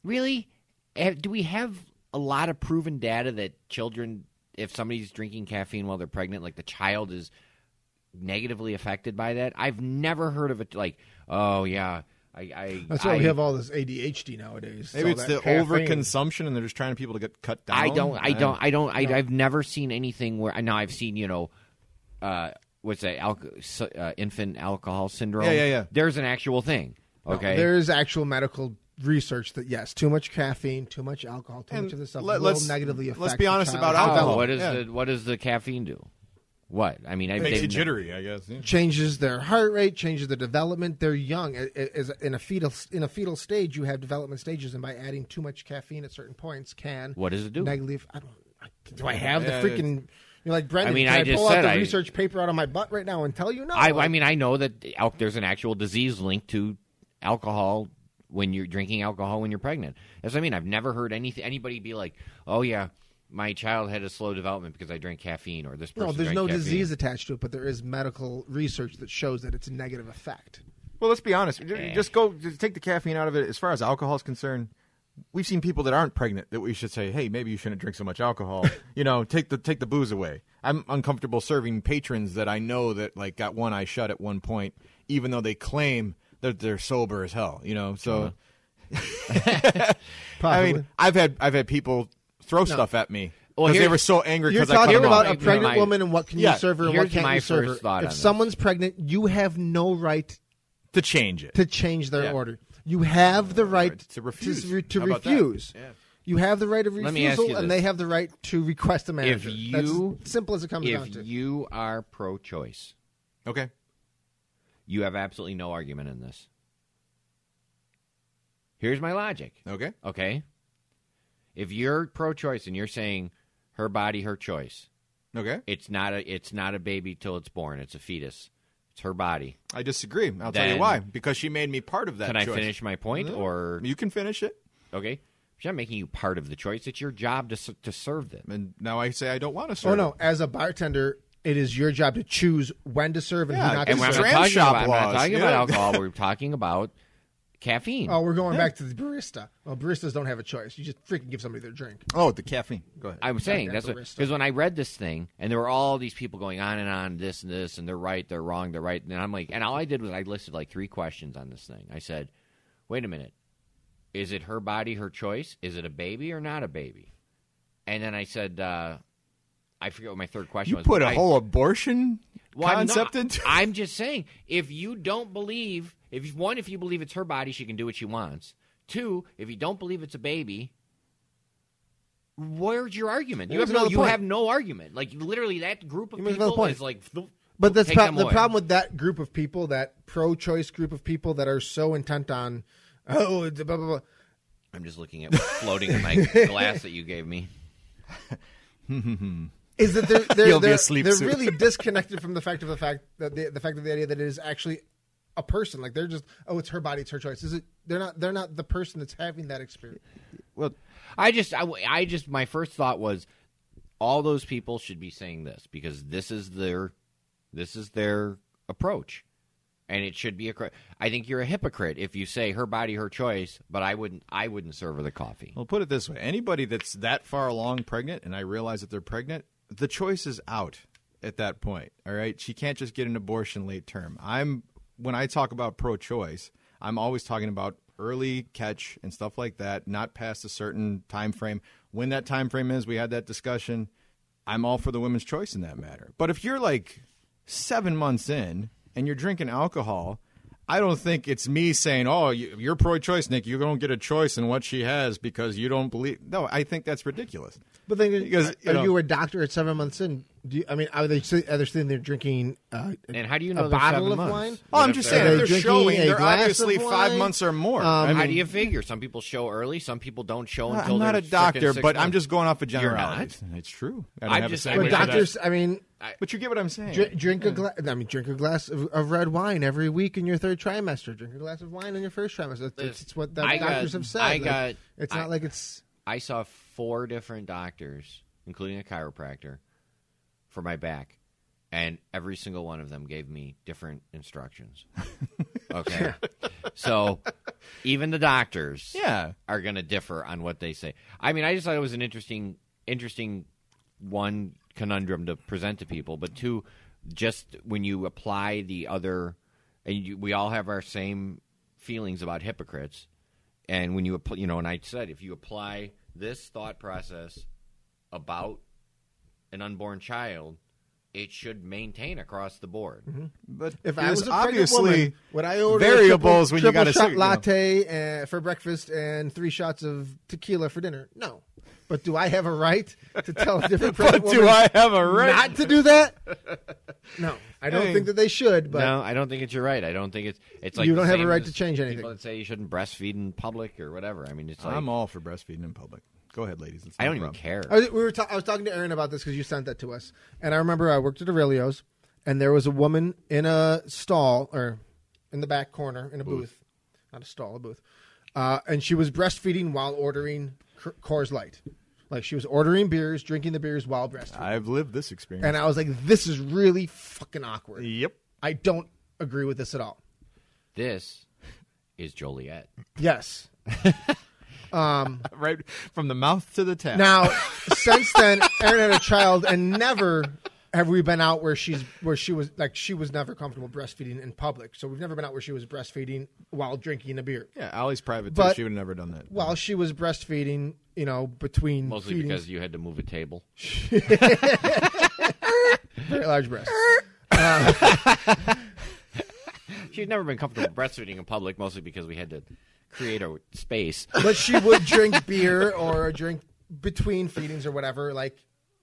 B: really? Eh, Do we have a lot of proven data that children, if somebody's drinking caffeine while they're pregnant, like the child is negatively affected by that? I've never heard of it. Like, oh yeah, I. I
A: That's why
B: I,
A: we have all this ADHD nowadays.
C: Maybe
A: all
C: it's the
A: that caffeine.
C: overconsumption, and they're just trying to people to get cut down.
B: I don't. I don't. I don't. I, I've never seen anything where. Now I've seen you know, uh, what's that? Alco- so- uh, infant alcohol syndrome.
C: Yeah, yeah, yeah.
B: There's an actual thing. Okay.
A: There is actual medical research that yes, too much caffeine, too much alcohol, too
C: And
A: much of this stuff
C: let-
A: will
C: let's-
A: negatively
C: let's
A: affect.
C: be
A: the
C: honest
A: child.
C: about
B: How?
C: alcohol.
B: Oh, What is
C: yeah.
B: the What does the caffeine do? What I mean, I
C: Makes you
B: they've-
C: jittery, I guess. yeah.
A: Changes their heart rate, changes their development. They're young. I- I- Is in a fetal in a fetal stage, you have development stages, and by adding too much caffeine at certain points, can
B: What does it do?
A: Negative. I don't. I- Do I have
C: Yeah,
A: the freaking? You're like Brendan.
B: I mean,
A: can
B: I
A: I,
B: just
A: pull
B: said
A: out the
B: I-
A: research paper out of my butt right now and tell you no.
B: I, I mean, I know that al- there's an actual disease linked to alcohol when you're drinking alcohol when you're pregnant. That's what I mean. I've never heard anything anybody be like, "Oh yeah, my child had a slow development because I drank caffeine," or this person.
A: no, there's
B: drank
A: no
B: caffeine."
A: disease attached to it, but there is medical research that shows that it's a negative effect.
C: Well, let's be honest.
B: Eh.
C: J- Just go just take the caffeine out of it. As far as alcohol is concerned, we've seen people that aren't pregnant that we should say, "Hey, maybe you shouldn't drink so
B: <laughs>
C: much alcohol." you know, take the take the booze away. I'm uncomfortable serving patrons that I know that like got one eye shut at one point, even though they claim that they're sober as hell. You know, so.
B: Uh-huh.
C: I mean, I've had I've had people throw stuff at me
B: Well,
C: because they
B: here's-
C: were so angry
A: You're
C: because I cut
A: talking
C: them off.
A: about a
B: Maybe
A: pregnant
B: my-
A: woman and what can
C: Yeah,
A: you serve her and
B: here's
A: what can't
B: my
A: you serve
B: first
A: her.
B: thought
A: if
B: on this.
A: someone's pregnant, you have no right
C: to change it.
A: to change their
C: Yeah.
A: order. You have the right
C: to refuse.
A: To, to
C: How about that?
A: refuse.
C: Yeah.
A: You have the right of
B: Let me ask
A: refusal,
B: you
A: and
B: this.
A: they have the right to request a manager.
B: you-
A: That's simple as it comes down
B: If
A: to.
B: you are pro-choice,
C: Okay,
B: you have absolutely no argument in this. Here's my logic.
C: okay,
B: Okay. If you're pro-choice and you're saying her body, her choice.
C: okay.
B: It's not a it's not a baby till it's born. It's a fetus. It's her body.
C: I disagree. I'll tell
B: Then-
C: you why. Because she made me part of that.
B: Can I
C: choice.
B: finish my point? Or
C: You can finish it.
B: okay, she's not making you part of the choice. It's your job to s- to serve them.
C: And now I say I don't want to serve.
A: oh no, as a bartender, it is your job to choose when to serve and
C: Yeah,
A: who not
B: And
A: to
B: we're
C: when
B: not
A: serve.
C: Dram
B: talking
C: shop
B: about, we're not
C: laws,
B: talking
C: yeah.
B: about alcohol.
C: <laughs>
B: We're talking about caffeine.
A: Oh, we're going back to the barista. Well, baristas don't have a choice. You just freaking give somebody their drink.
C: Oh, the caffeine. Go ahead.
B: I'm saying that's
A: barista.
B: because when I read this thing, and there were all these people going on and on, this and this, and they're right, they're wrong, they're right, and I'm like, and all I did was I listed like three questions on this thing. I said, wait a minute, is it her body, her choice? Is it a baby or not a baby? And then I said, uh, I forget what my third question
C: You
B: was.
C: put
B: but
C: a
B: I-
C: whole abortion
B: Well, I'm
C: concept
A: <laughs>
B: not.
C: <laughs> into.
B: I'm just saying, if you don't believe, if you- one, if you believe it's her body, she can do what she wants. Two, if you don't believe it's a baby, where's your argument? You
A: There's
B: have no,
A: another
B: you
A: point.
B: have no argument. Like literally, that group of
A: You make another
B: people
A: point.
B: is like. th-
A: But that's
B: take
A: prob-
B: them
A: the
B: away.
A: problem with that group of people, that pro-choice group of people that are so intent on, oh, it's blah blah blah.
B: I'm just looking at what's floating in my
A: <laughs>
B: glass that you gave me.
A: Is that
C: <laughs>
A: they're they're,
C: You'll be
A: they're,
C: asleep
A: they're
C: soon. <laughs>
A: really disconnected from the fact of the fact that the, the fact of the idea that it is actually a person. Like they're just, oh, it's her body, it's her choice. Is it? They're not. They're not the person that's having that experience.
C: Well,
B: I just, I, w- I just, my first thought was, all those people should be saying this because this is their, this is their approach, and it should be a. cri- I think you're a hypocrite if you say her body, her choice, but I wouldn't, I wouldn't serve her the coffee.
C: Well, put it this way: anybody that's that far along pregnant, and I realize that they're pregnant, the choice is out at that point. All right, she can't just get an abortion late term. I'm when I talk about pro-choice, I'm always talking about early catch and stuff like that, not past a certain time frame. When that time frame is, we had that discussion. I'm all for the women's choice in that matter. But if you're like seven months in and you're drinking alcohol, I don't think it's me saying, "Oh, you- you're pro-choice, Nick. You don't get a choice in what she has because you don't believe." No, I think that's ridiculous.
A: But then,
C: Because, you
A: are
C: know-
A: you a doctor at seven months in? Do you, I mean, are they sit- are they sitting there drinking? Uh,
B: And how do you know
A: a
B: they're
A: bottle
B: seven
A: of
B: months?
A: wine?
C: Oh,
B: What
C: I'm
B: if
C: just
B: they're-
C: saying if
A: they're
C: they're
A: drinking
C: showing
A: a
C: they're
A: glass of
C: obviously five
A: wine?
C: months or more.
A: Um,
C: I
B: How
C: mean,
B: do you figure? Some people show early. Some people don't show until
C: I'm not
B: they're
C: a doctor,
B: frickin' six
C: but I'm
B: months.
C: just going off a
B: You're not?
C: generality. It's true. I
B: I'm
C: have a
B: just-
C: say.
B: I
A: but
B: wait for that.
A: doctors, I mean,
C: but you get what I'm saying.
A: Dr- drink a glass. I mean, drink a glass of, of red wine every week in your third trimester. Drink a glass of wine in your first trimester. That's, that's what the
B: I got-
A: doctors have said.
B: I
A: Like,
B: got-
A: it's not
B: I-
A: like it's.
B: I saw four different doctors, including a chiropractor, for my back, and every single one of them gave me different instructions. Okay, so even the doctors,
C: Yeah.
B: are going to differ on what they say. I mean, I just thought it was an interesting, interesting one conundrum to present to people, but two, just when you apply the other, and you, we all have our same feelings about hypocrites, and when you apply, you know, and I said if you apply this thought process about an unborn child, it should maintain across the board.
C: But
A: If I
C: there's
A: was a pregnant
C: obviously
A: woman, would I order a
C: variables when you
A: triple
C: got a
A: shot
C: sig- you know.
A: latte and, for breakfast and three shots of tequila for dinner? No, but do I have a right to tell a
C: <laughs>
A: different pregnant
C: But do
A: woman
C: I have a right?
A: not to do
C: <laughs>
A: that? No, I don't
C: Hey.
A: think that they should. But
B: no, I don't think it's your right. I don't think it's it's like
A: You
B: the
A: don't have a
B: same
A: right
B: as
A: to change
B: People
A: anything.
B: that say you shouldn't breastfeed in public or whatever. I mean, it's like
C: I'm all for breastfeeding in public. Go ahead, ladies. It's
B: I
C: no
B: don't even
C: problem.
B: care.
A: I was, we were ta- I was talking to Aaron about this because you sent that to us, and I remember I worked at Aurelio's, and there was a woman in a stall or in the back corner in a booth, not a stall, a booth, uh, and she was breastfeeding while ordering C- Coors Light, like she was ordering beers, drinking the beers while breastfeeding,
C: I've lived this experience.
A: and I was like, this is really fucking awkward.
C: yep. <laughs>
A: I don't agree with this at all.
B: This is Joliet.
A: Yes.
C: Right from the mouth to the tap.
A: Now, since then, Erin had a child, and never have we been out where she's where she was like she was never comfortable breastfeeding in public. So we've never been out where she was breastfeeding while drinking a beer.
C: yeah, Allie's private too.
A: But-
C: she would have never done that.
A: While she was breastfeeding, you know, between
B: Mostly
A: feedings,
B: because you had to move a table.
A: very large breasts.
B: She's never been comfortable breastfeeding in public, mostly because we had to create a space.
A: But she would drink beer or drink between feedings or whatever, like.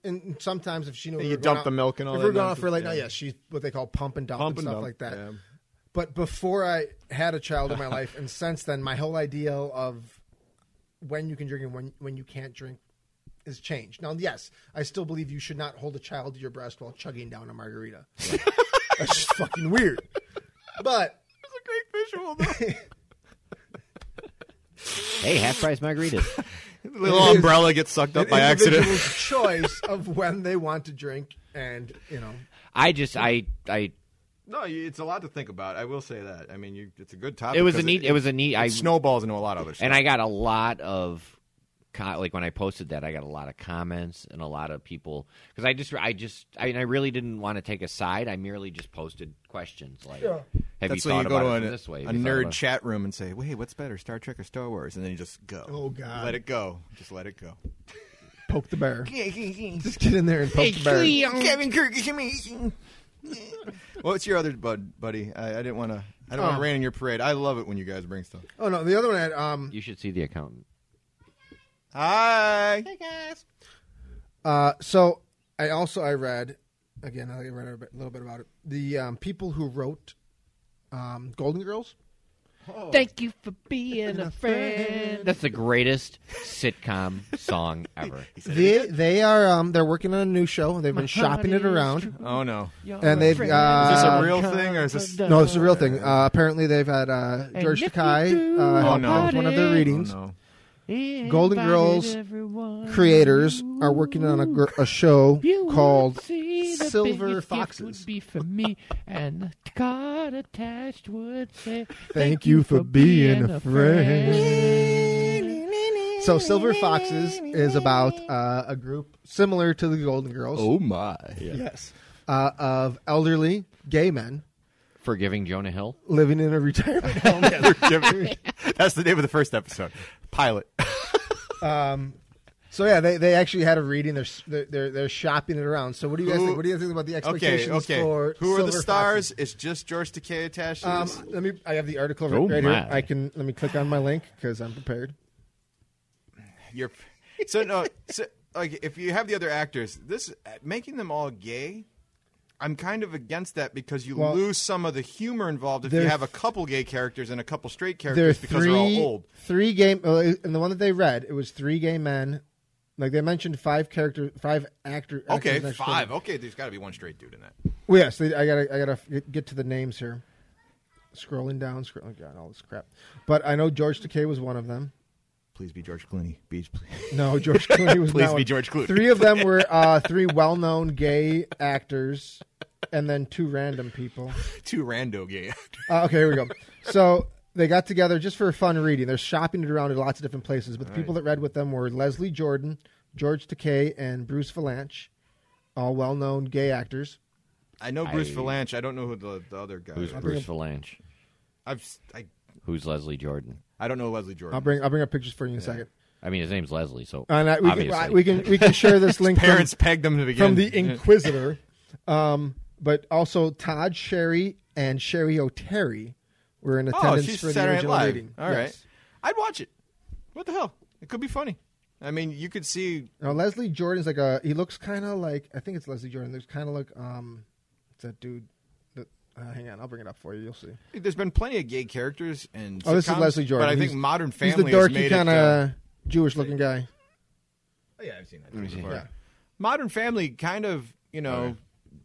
A: And sometimes if she knew we
C: You
A: were going
C: dump
A: out-
C: the milk and all
A: if
C: that
A: we're going out
C: nonsense,
A: for like,
C: yeah.
A: no, yeah, she's what they call pump and dump
C: Pump
A: and stuff
C: and dump,
A: like that.
C: yeah.
A: But before I had a child in my life, and since then, my whole ideal of when you can drink and when when you can't drink is changed. Now, yes, I still believe you should not hold a child to your breast while chugging down a margarita. <laughs> That's just fucking weird. But
C: That's a great visual.
B: Hey, half price margaritas.
C: the <laughs> little
A: is-
C: umbrella gets sucked up
A: an
C: by accident.
A: individual's choice of when they want to drink, and you know,
B: I just, I, I.
C: <laughs> No, you- it's a lot to think about. I will say that. I mean, you, it's a good topic.
B: It was a
C: because
B: neat. It was a neat. I
C: it snowballs into a lot of other stuff.
B: and I got a lot of co- like when I posted that, I got a lot of comments and a lot of people because I just, I just, I mean, I really didn't want to take a side. I merely just posted questions like,
A: Yeah.
B: "Have
C: That's
B: you
C: why
B: thought
C: you go
B: about
C: to
B: it
C: an,
B: from this way?"
C: a
B: Have you thought
C: nerd
B: about-
C: chat room and say, "Wait, what's better, Star Trek or Star Wars?" And then you just go.
A: Oh, God.
C: let it go. Just let it go.
A: poke the bear. Just get in there and poke the bear.
C: Kevin Kirk is amazing. What's your other bud, buddy? I, I didn't want to. I don't want
A: Oh.
C: to rain on your parade. I love it when you guys bring stuff.
A: Oh no, the other one. I had, um,
B: You should see the accountant.
C: Hi.
A: Uh, so I also I read again. I read a bit- little bit about it. The um, people who wrote um, Golden Girls.
B: Thank you for being a friend. That's the greatest sitcom song ever.
A: They they are um, they're working on a new show. They've been shopping it around,
C: Oh no.
A: and they've uh,
C: Is this a real thing or is this?
A: no, it's a real thing. Uh, apparently, they've had uh, George
E: if you
A: Takai
E: do
A: uh, help
C: Oh, no.
A: with one of their
C: Oh,
A: readings.
C: no.
A: Golden Girls Creators are working on a, gr- a show called Silver Foxes.
E: be for me, and the card attached would say,
A: Thank you for being a friend. So Silver Foxes is about uh, a group similar to the Golden Girls.
C: Oh, my. <laughs>
A: yes, uh, of elderly gay men
B: Forgiving Jonah Hill.
A: living in a <laughs> retirement home.
C: <laughs> That's the name of the first episode. Pilot.
A: So yeah, they, they actually had a reading. They're s- they're they're, they're shopping it around. So what do you guys
C: Who-
A: think? What do you guys think about the
C: Okay.
A: expectations
C: Okay.
A: for
C: Who are the
A: Silver
C: stars?
A: Foxes?
C: It's just George Takei attached. to
A: Um,
C: this?
A: let me. I have the article
B: Oh,
A: right here.
B: my.
A: I can let me click on my link because I'm prepared.
C: You're so no. So, like if you have the other actors, this making them all gay. I'm kind of against that because you
A: Well,
C: lose some of the humor involved if you
A: there-
C: have a couple gay characters and a couple straight
A: there are
C: characters because
A: three
C: they're all old.
A: three gay well, and the one that they read it was three gay men like they mentioned five character five actor
C: Okay,
A: actors and actresses.
C: five. Okay, there's got to be one straight dude in that.
A: well, yes they, i gotta i gotta f- get to the names here scrolling down scrolling oh god all this crap but i know george takei was one of them
C: Please be <laughs> George Clooney. Please, please.
A: no <laughs> george clooney was
C: Please
A: not
C: be
A: one.
C: George Clooney.
A: three of them were uh three well-known gay actors and then two random people
C: Two rando gay actors.
A: Uh, okay, here we go. So they got together just for a fun reading. They're shopping it around at lots of different places, but the people that read with them were Leslie Jordan, George Takei, and Bruce Valanche, all well-known gay actors.
C: I know Bruce
B: I-
C: Valanche. I don't know who the, the other guy
B: Who's
C: is.
B: Bruce Valanche?
C: I've, s- I,
B: Who's Leslie Jordan?
C: I don't know Leslie Jordan.
A: I'll bring I'll bring up pictures for you in a second.
B: I mean, his name's Leslie, so
A: And I, we, can,
B: obviously.
A: I- we can we can share
C: <laughs>
A: this link from,
C: Parents pegged them to begin.
A: from the
C: <laughs>
A: Inquisitor, um, but also Todd Sherry and Sherry O'Terry were in
C: Oh,
A: attendance
C: she's
A: for the
C: Saturday Night
A: original
C: Live.
A: reading.
C: All
A: Yes.
C: right. I'd watch it. What the hell? It could be funny. I mean, you could see
A: Now Leslie Jordan's like a he looks kind of like I think it's Leslie Jordan. There's kind of like um, it's that dude. That, uh, hang on, I'll bring it up for you. You'll see.
C: there's been plenty of gay characters and
A: Oh, this is
C: sitcoms,
A: Leslie Jordan.
C: But I think
A: He's-
C: Modern
A: He's the
C: Family has
A: dorky
C: made
A: kind
C: it. uh,
A: of Jewish looking guy.
C: oh, yeah, I've seen that before.
A: Yeah.
C: Modern Family kind of, you know,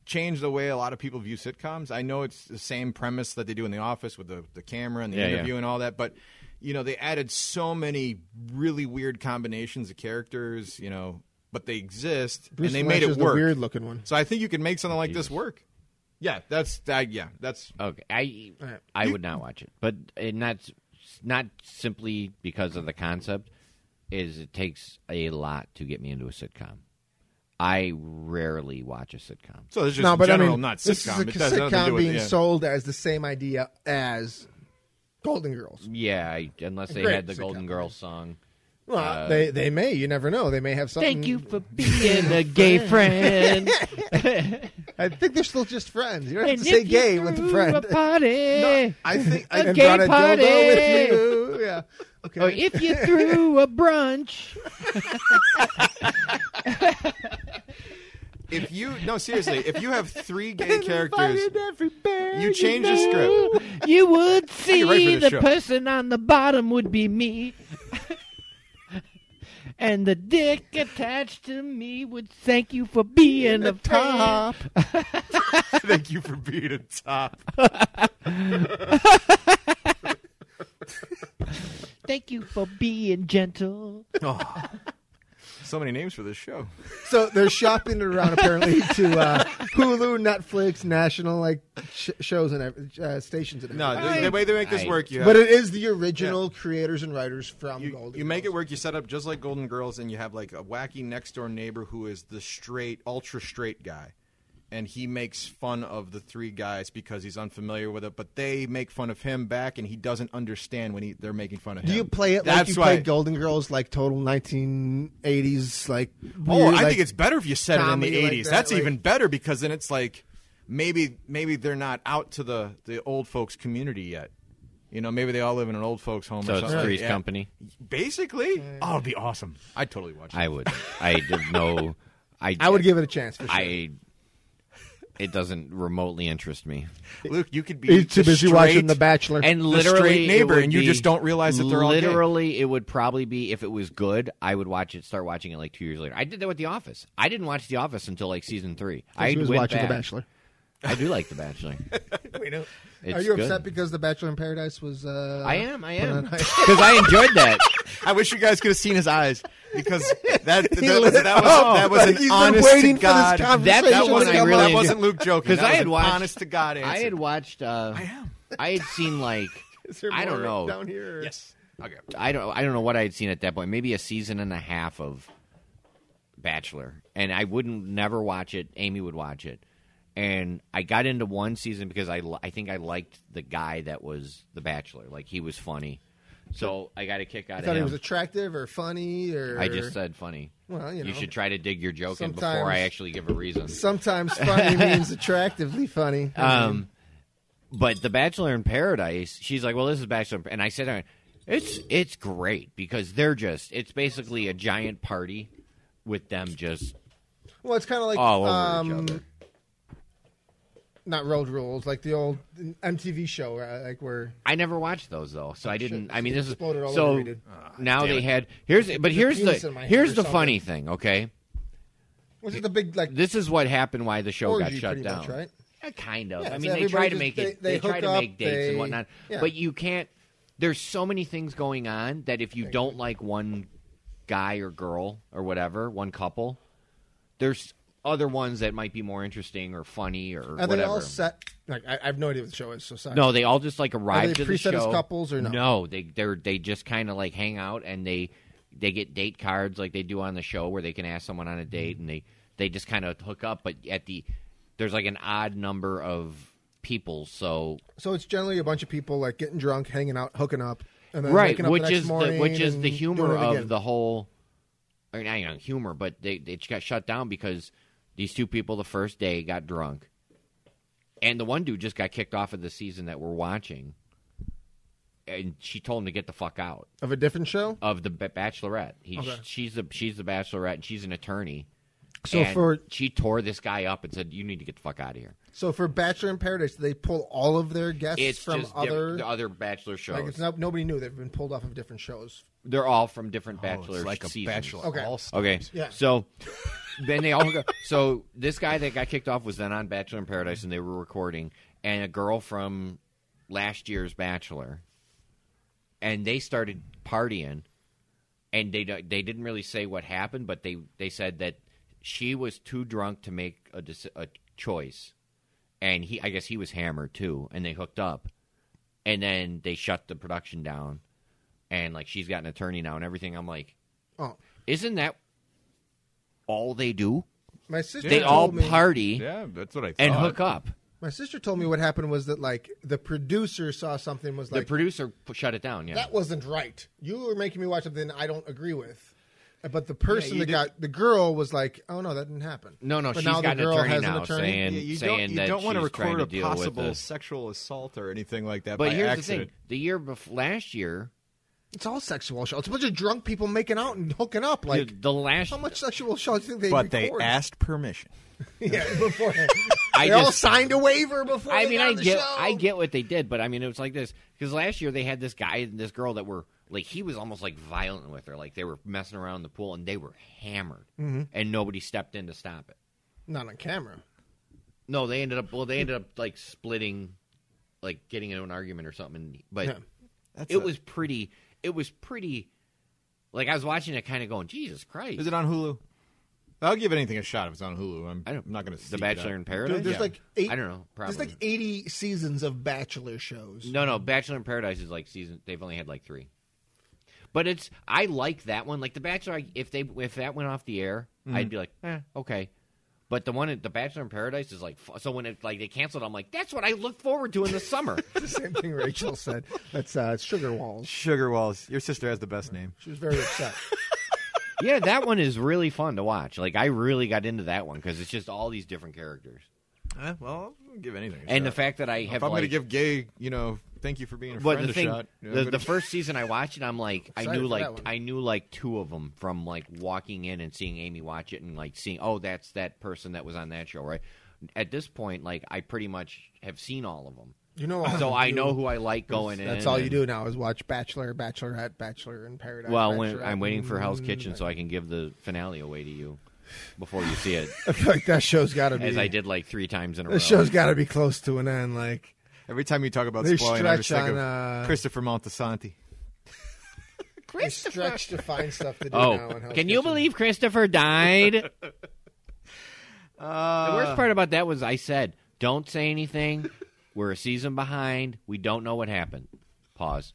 C: changed the way a lot of people view sitcoms. I know it's the same premise that they do in The Office with the, the camera and the
B: Yeah, yeah.
C: interview and all that, but you know, they added so many really weird combinations of characters, you know, but they exist
A: Bruce
C: and they made
A: Willis
C: it
A: is the
C: work.
A: weird looking one.
C: So I think you can make something like this work. Yeah, that's that. Yeah, that's
B: Okay, I
A: right.
B: I would not watch it, but it not not simply because of the concept. Is it takes a lot to get me into a sitcom. I rarely watch a sitcom.
C: so. This is just
A: No, but
C: general,
A: I mean,
C: not
A: this
C: sitcom.
A: is
C: it
A: a
C: does nothing to do
A: sitcom
C: with uh,
A: being
C: yeah.
A: sold as the same idea as Golden Girls.
B: Yeah, I, unless they
A: Great
B: had the
A: sitcom.
B: Golden Girls song.
A: Well,
C: Uh,
A: they they may. You never know. They may have something.
E: Thank you for being a
A: <laughs>
E: gay friend.
A: I think they're still just friends. You don't have
E: and
A: to
E: if
A: say
E: you
A: gay with the
E: threw
A: friend.
E: A party.
C: I think uh,
A: <laughs>
C: I,
A: And
E: gay
A: brought a dildo
E: party.
A: with you. <laughs> Yeah. Okay.
E: Or if you threw a brunch.
C: if you no seriously, if you have
A: <laughs>
C: three gay characters,
A: Invited everybody.
C: you change the script.
E: <laughs> You would
C: get ready for
E: see
C: this
E: the
C: show.
E: person on the bottom would be me. <laughs> and the dick attached to me would thank you for being a friend.
C: <laughs> Thank you for being a top.
E: Thank you for being gentle.
C: So many names for this show.
A: So they're shopping it around apparently <laughs> to uh, Hulu, Netflix, national like sh- shows and ev- uh, stations and
C: No,
A: everything.
C: the, the way they make this
B: I-
C: work, you have,
A: but it is the original creators and writers from
C: you,
A: Golden.
C: you make it
A: Girls.
C: work. You set up just like Golden Girls, and you have like a wacky next door neighbor who is the straight, ultra straight guy, and he makes fun of the three guys because he's unfamiliar with it, but they make fun of him back, and he doesn't understand when he, they're making fun of him.
A: Do you play it like you
C: That's why,
A: play Golden Girls, like total 1980s, like
C: Oh,
A: weird,
C: I
A: like-
C: think it's better if you said it in
A: comedy
C: the
A: like
C: '80s.
A: that,
C: That's
A: like-
C: even better because then it's like maybe maybe they're not out to the the old folks community yet. You know, maybe they all live in an old folks home.
B: So
C: or
B: it's
C: something like
B: Three's
C: that.
B: Company?
C: Basically, oh, it'd be awesome. I'd totally watch. it.
B: I would. I didn't know. I
A: <laughs> I would give it a chance. For sure.
B: I. It doesn't remotely interest me.
C: Luke, you could be
A: He's too
C: the
A: busy
C: straight-
A: watching The
C: <laughs>
A: Bachelor.
B: And
C: straight
B: literally, it
C: neighbor,
B: would
C: and you
B: be-
C: just don't realize that they're all gay.
B: Literally, it would probably be if it was good. I would watch it. Start watching it like two years later. I did that with The Office. I didn't watch The Office until like season three. I
A: He was
B: went
A: watching
B: back.
A: The Bachelor.
B: I do like
A: <laughs>
B: The Bachelor.
A: We know.
B: It's
A: Are you
B: good.
A: upset because The Bachelor in Paradise was? Uh,
B: I am. I
A: put <laughs>
B: am
A: on
B: <laughs>
A: high-
B: because I
A: <laughs>
B: enjoyed that.
C: I wish you guys could have seen his eyes because
B: <laughs>
C: that that, was, that was that was
A: like
C: an
A: he's been
C: honest
A: waiting
C: to
A: for this
C: God.
A: conversation
C: that
B: to
C: wasn't
B: come
C: that
B: up.
C: wasn't Luke joking.
B: Because
C: That
B: I
C: was
B: had
C: an
B: watched
C: honest to God answer.
B: I had watched. Uh, I
C: am.
B: I had seen like.
A: <laughs> Is there
B: I don't
A: more
B: know.
A: down here.
C: yes. Okay.
B: I don't I don't know what I had seen at that point. Maybe a season and a half of Bachelor, and I wouldn't never watch it. Amy would watch it, and I got into one season because I li- I think I liked the guy that was the Bachelor. Like he was funny, so I got a kick out
A: I
B: of
A: thought he
B: him.
A: was attractive or funny or.
B: I just said funny.
A: Well, you know.
B: should try to dig your joke in before
A: Sometimes-
B: I actually give a reason.
A: Sometimes
B: <laughs>
A: funny means attractively funny.
B: Um, but The Bachelor in Paradise, she's like, "Well, this is Bachelor," in Pa-" and I said, to her, "It's it's great because they're just it's basically a giant party with them just
A: well, it's kind of like
B: all over
A: um,
B: each other."
A: not road rules, like the old MTV show, right? like where
B: I never watched those though, so I didn't. I mean, this
A: Oh,
B: is
A: Exploded all
B: so
A: over me, dude.
B: now they had here's but here's
A: penis in
B: the
A: my hand
B: here's
A: or
B: the funny thing. Okay,
A: was it the big like
B: this is what happened. Why the show got
A: Orgy,
B: shut
A: pretty
B: down?
A: much, right?
B: Yeah, kind of.
A: Yeah,
B: I
A: so
B: mean, they
A: everybody
B: try to
A: just-
B: make it.
A: they-
B: They,
A: they
B: try
A: hook
B: to
A: up,
B: make dates
A: they-
B: and whatnot.
A: yeah.
B: But you can't. There's so many things going on that if you don't like one guy or girl or whatever, one couple, there's other ones that might be more interesting or funny or
A: Are
B: whatever.
A: they all set? Like I, I have no idea what the show is. So sorry.
B: No, they all just like arrive
A: they
B: to the
A: preset as
B: show.
A: couples or no?
B: No, they they're they just kind of like hang out and they they get date cards like they do on the show where they can ask someone on a date
A: Mm-hmm.
B: and they they just kind of hook up. But at the there's like an odd number of people, so
A: So it's generally a bunch of people like getting drunk, hanging out, hooking up, and then
B: right,
A: waking up
B: which
A: the next
B: is the,
A: morning
B: which is
A: and
B: the humor
A: doing it
B: of
A: again.
B: the whole. I mean, not even humor, but they they just got shut down because these two people the first day got drunk, and the one dude just got kicked off of the season that we're watching, and she told him to get the fuck out
A: of a different show.
B: of the ba- Bachelorette. He,
A: Okay.
B: she's the she's the Bachelorette, and she's an attorney.
A: So
B: And
A: for-
B: she tore this guy up and said, "You need to get the fuck out of here."
A: So for Bachelor in Paradise, they pull all of their guests
B: It's
A: from
B: just diff-
A: other
B: the other Bachelor shows.
A: like it's not nobody knew they've been pulled off of different shows.
B: They're all from different
C: Oh,
B: Bachelor
C: it's like a
B: seasons.
C: bachelor.
A: Okay.
C: All-Star.
B: Okay.
A: Yeah.
B: So then they all go. So this guy that got kicked off was then on Bachelor in Paradise, and they were recording, and a girl from last year's Bachelor, and they started partying, and they don't- they didn't really say what happened, but they they said that she was too drunk to make a, deci- a choice, and he I guess he was hammered too, and they hooked up, and then they shut the production down, and like she's got an attorney now and everything. I'm like
A: Oh,
B: isn't that all they do?
A: my sister.
B: They
A: told
B: all
A: me,
B: party
C: Yeah, that's what I thought.
B: and hook up.
A: My sister told me what happened was that like the producer saw something was
B: The
A: like
B: producer p- shut it down. Yeah,
A: that wasn't right. You were making me watch something I don't agree with. But the person
C: you
A: that got the girl was like, "Oh no, that didn't happen."
B: no, no,
A: But
B: she's
A: now the
B: got an
A: girl
B: attorney
A: has an
B: now
A: attorney?
B: saying
C: Yeah, you
B: saying
C: don't, you
B: that
C: don't want to
B: she's trying
C: record
B: to
C: a
B: deal
C: possible
B: with this.
C: sexual assault or anything like that.
B: But
C: by
B: here's
C: accident.
B: the thing: the year before, last year,
A: It's all sexual show. It's a bunch of drunk people making out and hooking up. Like
B: the, the last
A: how much sexual show do you think they?
C: But they
A: record?
C: asked permission.
A: <laughs> yeah, beforehand.
B: <laughs> I
A: they all
B: just-
A: signed a waiver before.
B: I
A: they
B: mean,
A: got
B: I
A: on the
B: get,
A: show.
B: I get what they did, but I mean, it was like this because last year they had this guy and this girl that were like he was almost like violent with her, like they were messing around in the pool and they were hammered, and nobody stepped in to stop it.
A: Not on camera.
B: No, they ended up. Well, they ended up like splitting, like getting into an argument or something. But
A: Yeah.
C: That's
B: it
C: a-
B: was pretty. It was pretty. Like I was watching it, kind of going, Jesus Christ!
C: Is it on Hulu? I'll give anything a shot if it's on Hulu. I'm,
B: I don't-
C: I'm not going to.
B: The Bachelor in Paradise.
A: Dude, there's
C: Yeah.
A: like eight.
B: I don't know. Probably.
A: There's like eighty seasons of Bachelor shows. <laughs>
B: no, no. Bachelor in Paradise is like season. They've only had like three. But it's.
C: Mm-hmm.
B: I like that one. Like the Bachelor. I- If they if that went off the air, I'd be like, eh, okay. But the one at The Bachelor in Paradise is like fu- so when it like they canceled, I'm like, that's what I look forward to in the
C: <laughs>
B: summer.
A: the same thing Rachel said. That's uh, Sugar Walls.
C: Sugar Walls. Your sister has the best name.
A: She was very upset.
B: yeah, that one is really fun to watch. Like I really got into that one because it's just all these different characters,
C: Eh, well, I'll give anything. a
B: and the
C: shot.
B: fact that I have
C: if I'm
B: like,
C: going to give Gay, you know, thank you for being a
B: But
C: friend
B: the
C: a
B: thing,
C: shot. I'm
B: the,
A: <laughs>
C: gonna-
B: the first season I watched it, I'm like, I
A: Excited
B: knew
A: for
B: like
A: that one.
B: I knew like two of them from like walking in and seeing Amy watch it and like seeing, oh, that's that person that was on that show, right? At this point, like I pretty much have seen all of them,
A: You know, all
B: so
A: you
B: I
A: do-
B: know who I like going in.
A: Oh, That's all you
B: and-
A: do now is watch Bachelor, Bachelorette, Bachelor in Paradise.
B: Well, when,
A: Bachelorette
B: I'm waiting for Hell's
A: in-
B: Kitchen so I can give the finale away to you before you see it,
A: <laughs> <laughs> I feel like that show's got to be.
B: as I did like three times in a row.
A: This show's got to be close to an end. Like
C: every time you talk about
A: they
C: spoiling, I just
A: stretch
C: think of
A: on, uh,
C: Christopher Montesanti.
A: they stretch to find stuff to do now.
B: Oh,
A: in Hell's
B: can you
A: Kitchen.
B: believe
A: <laughs>
B: Christopher died?
C: Uh,
B: The worst part about that was I said, "Don't say anything. We're a season behind. We don't know what happened." Pause.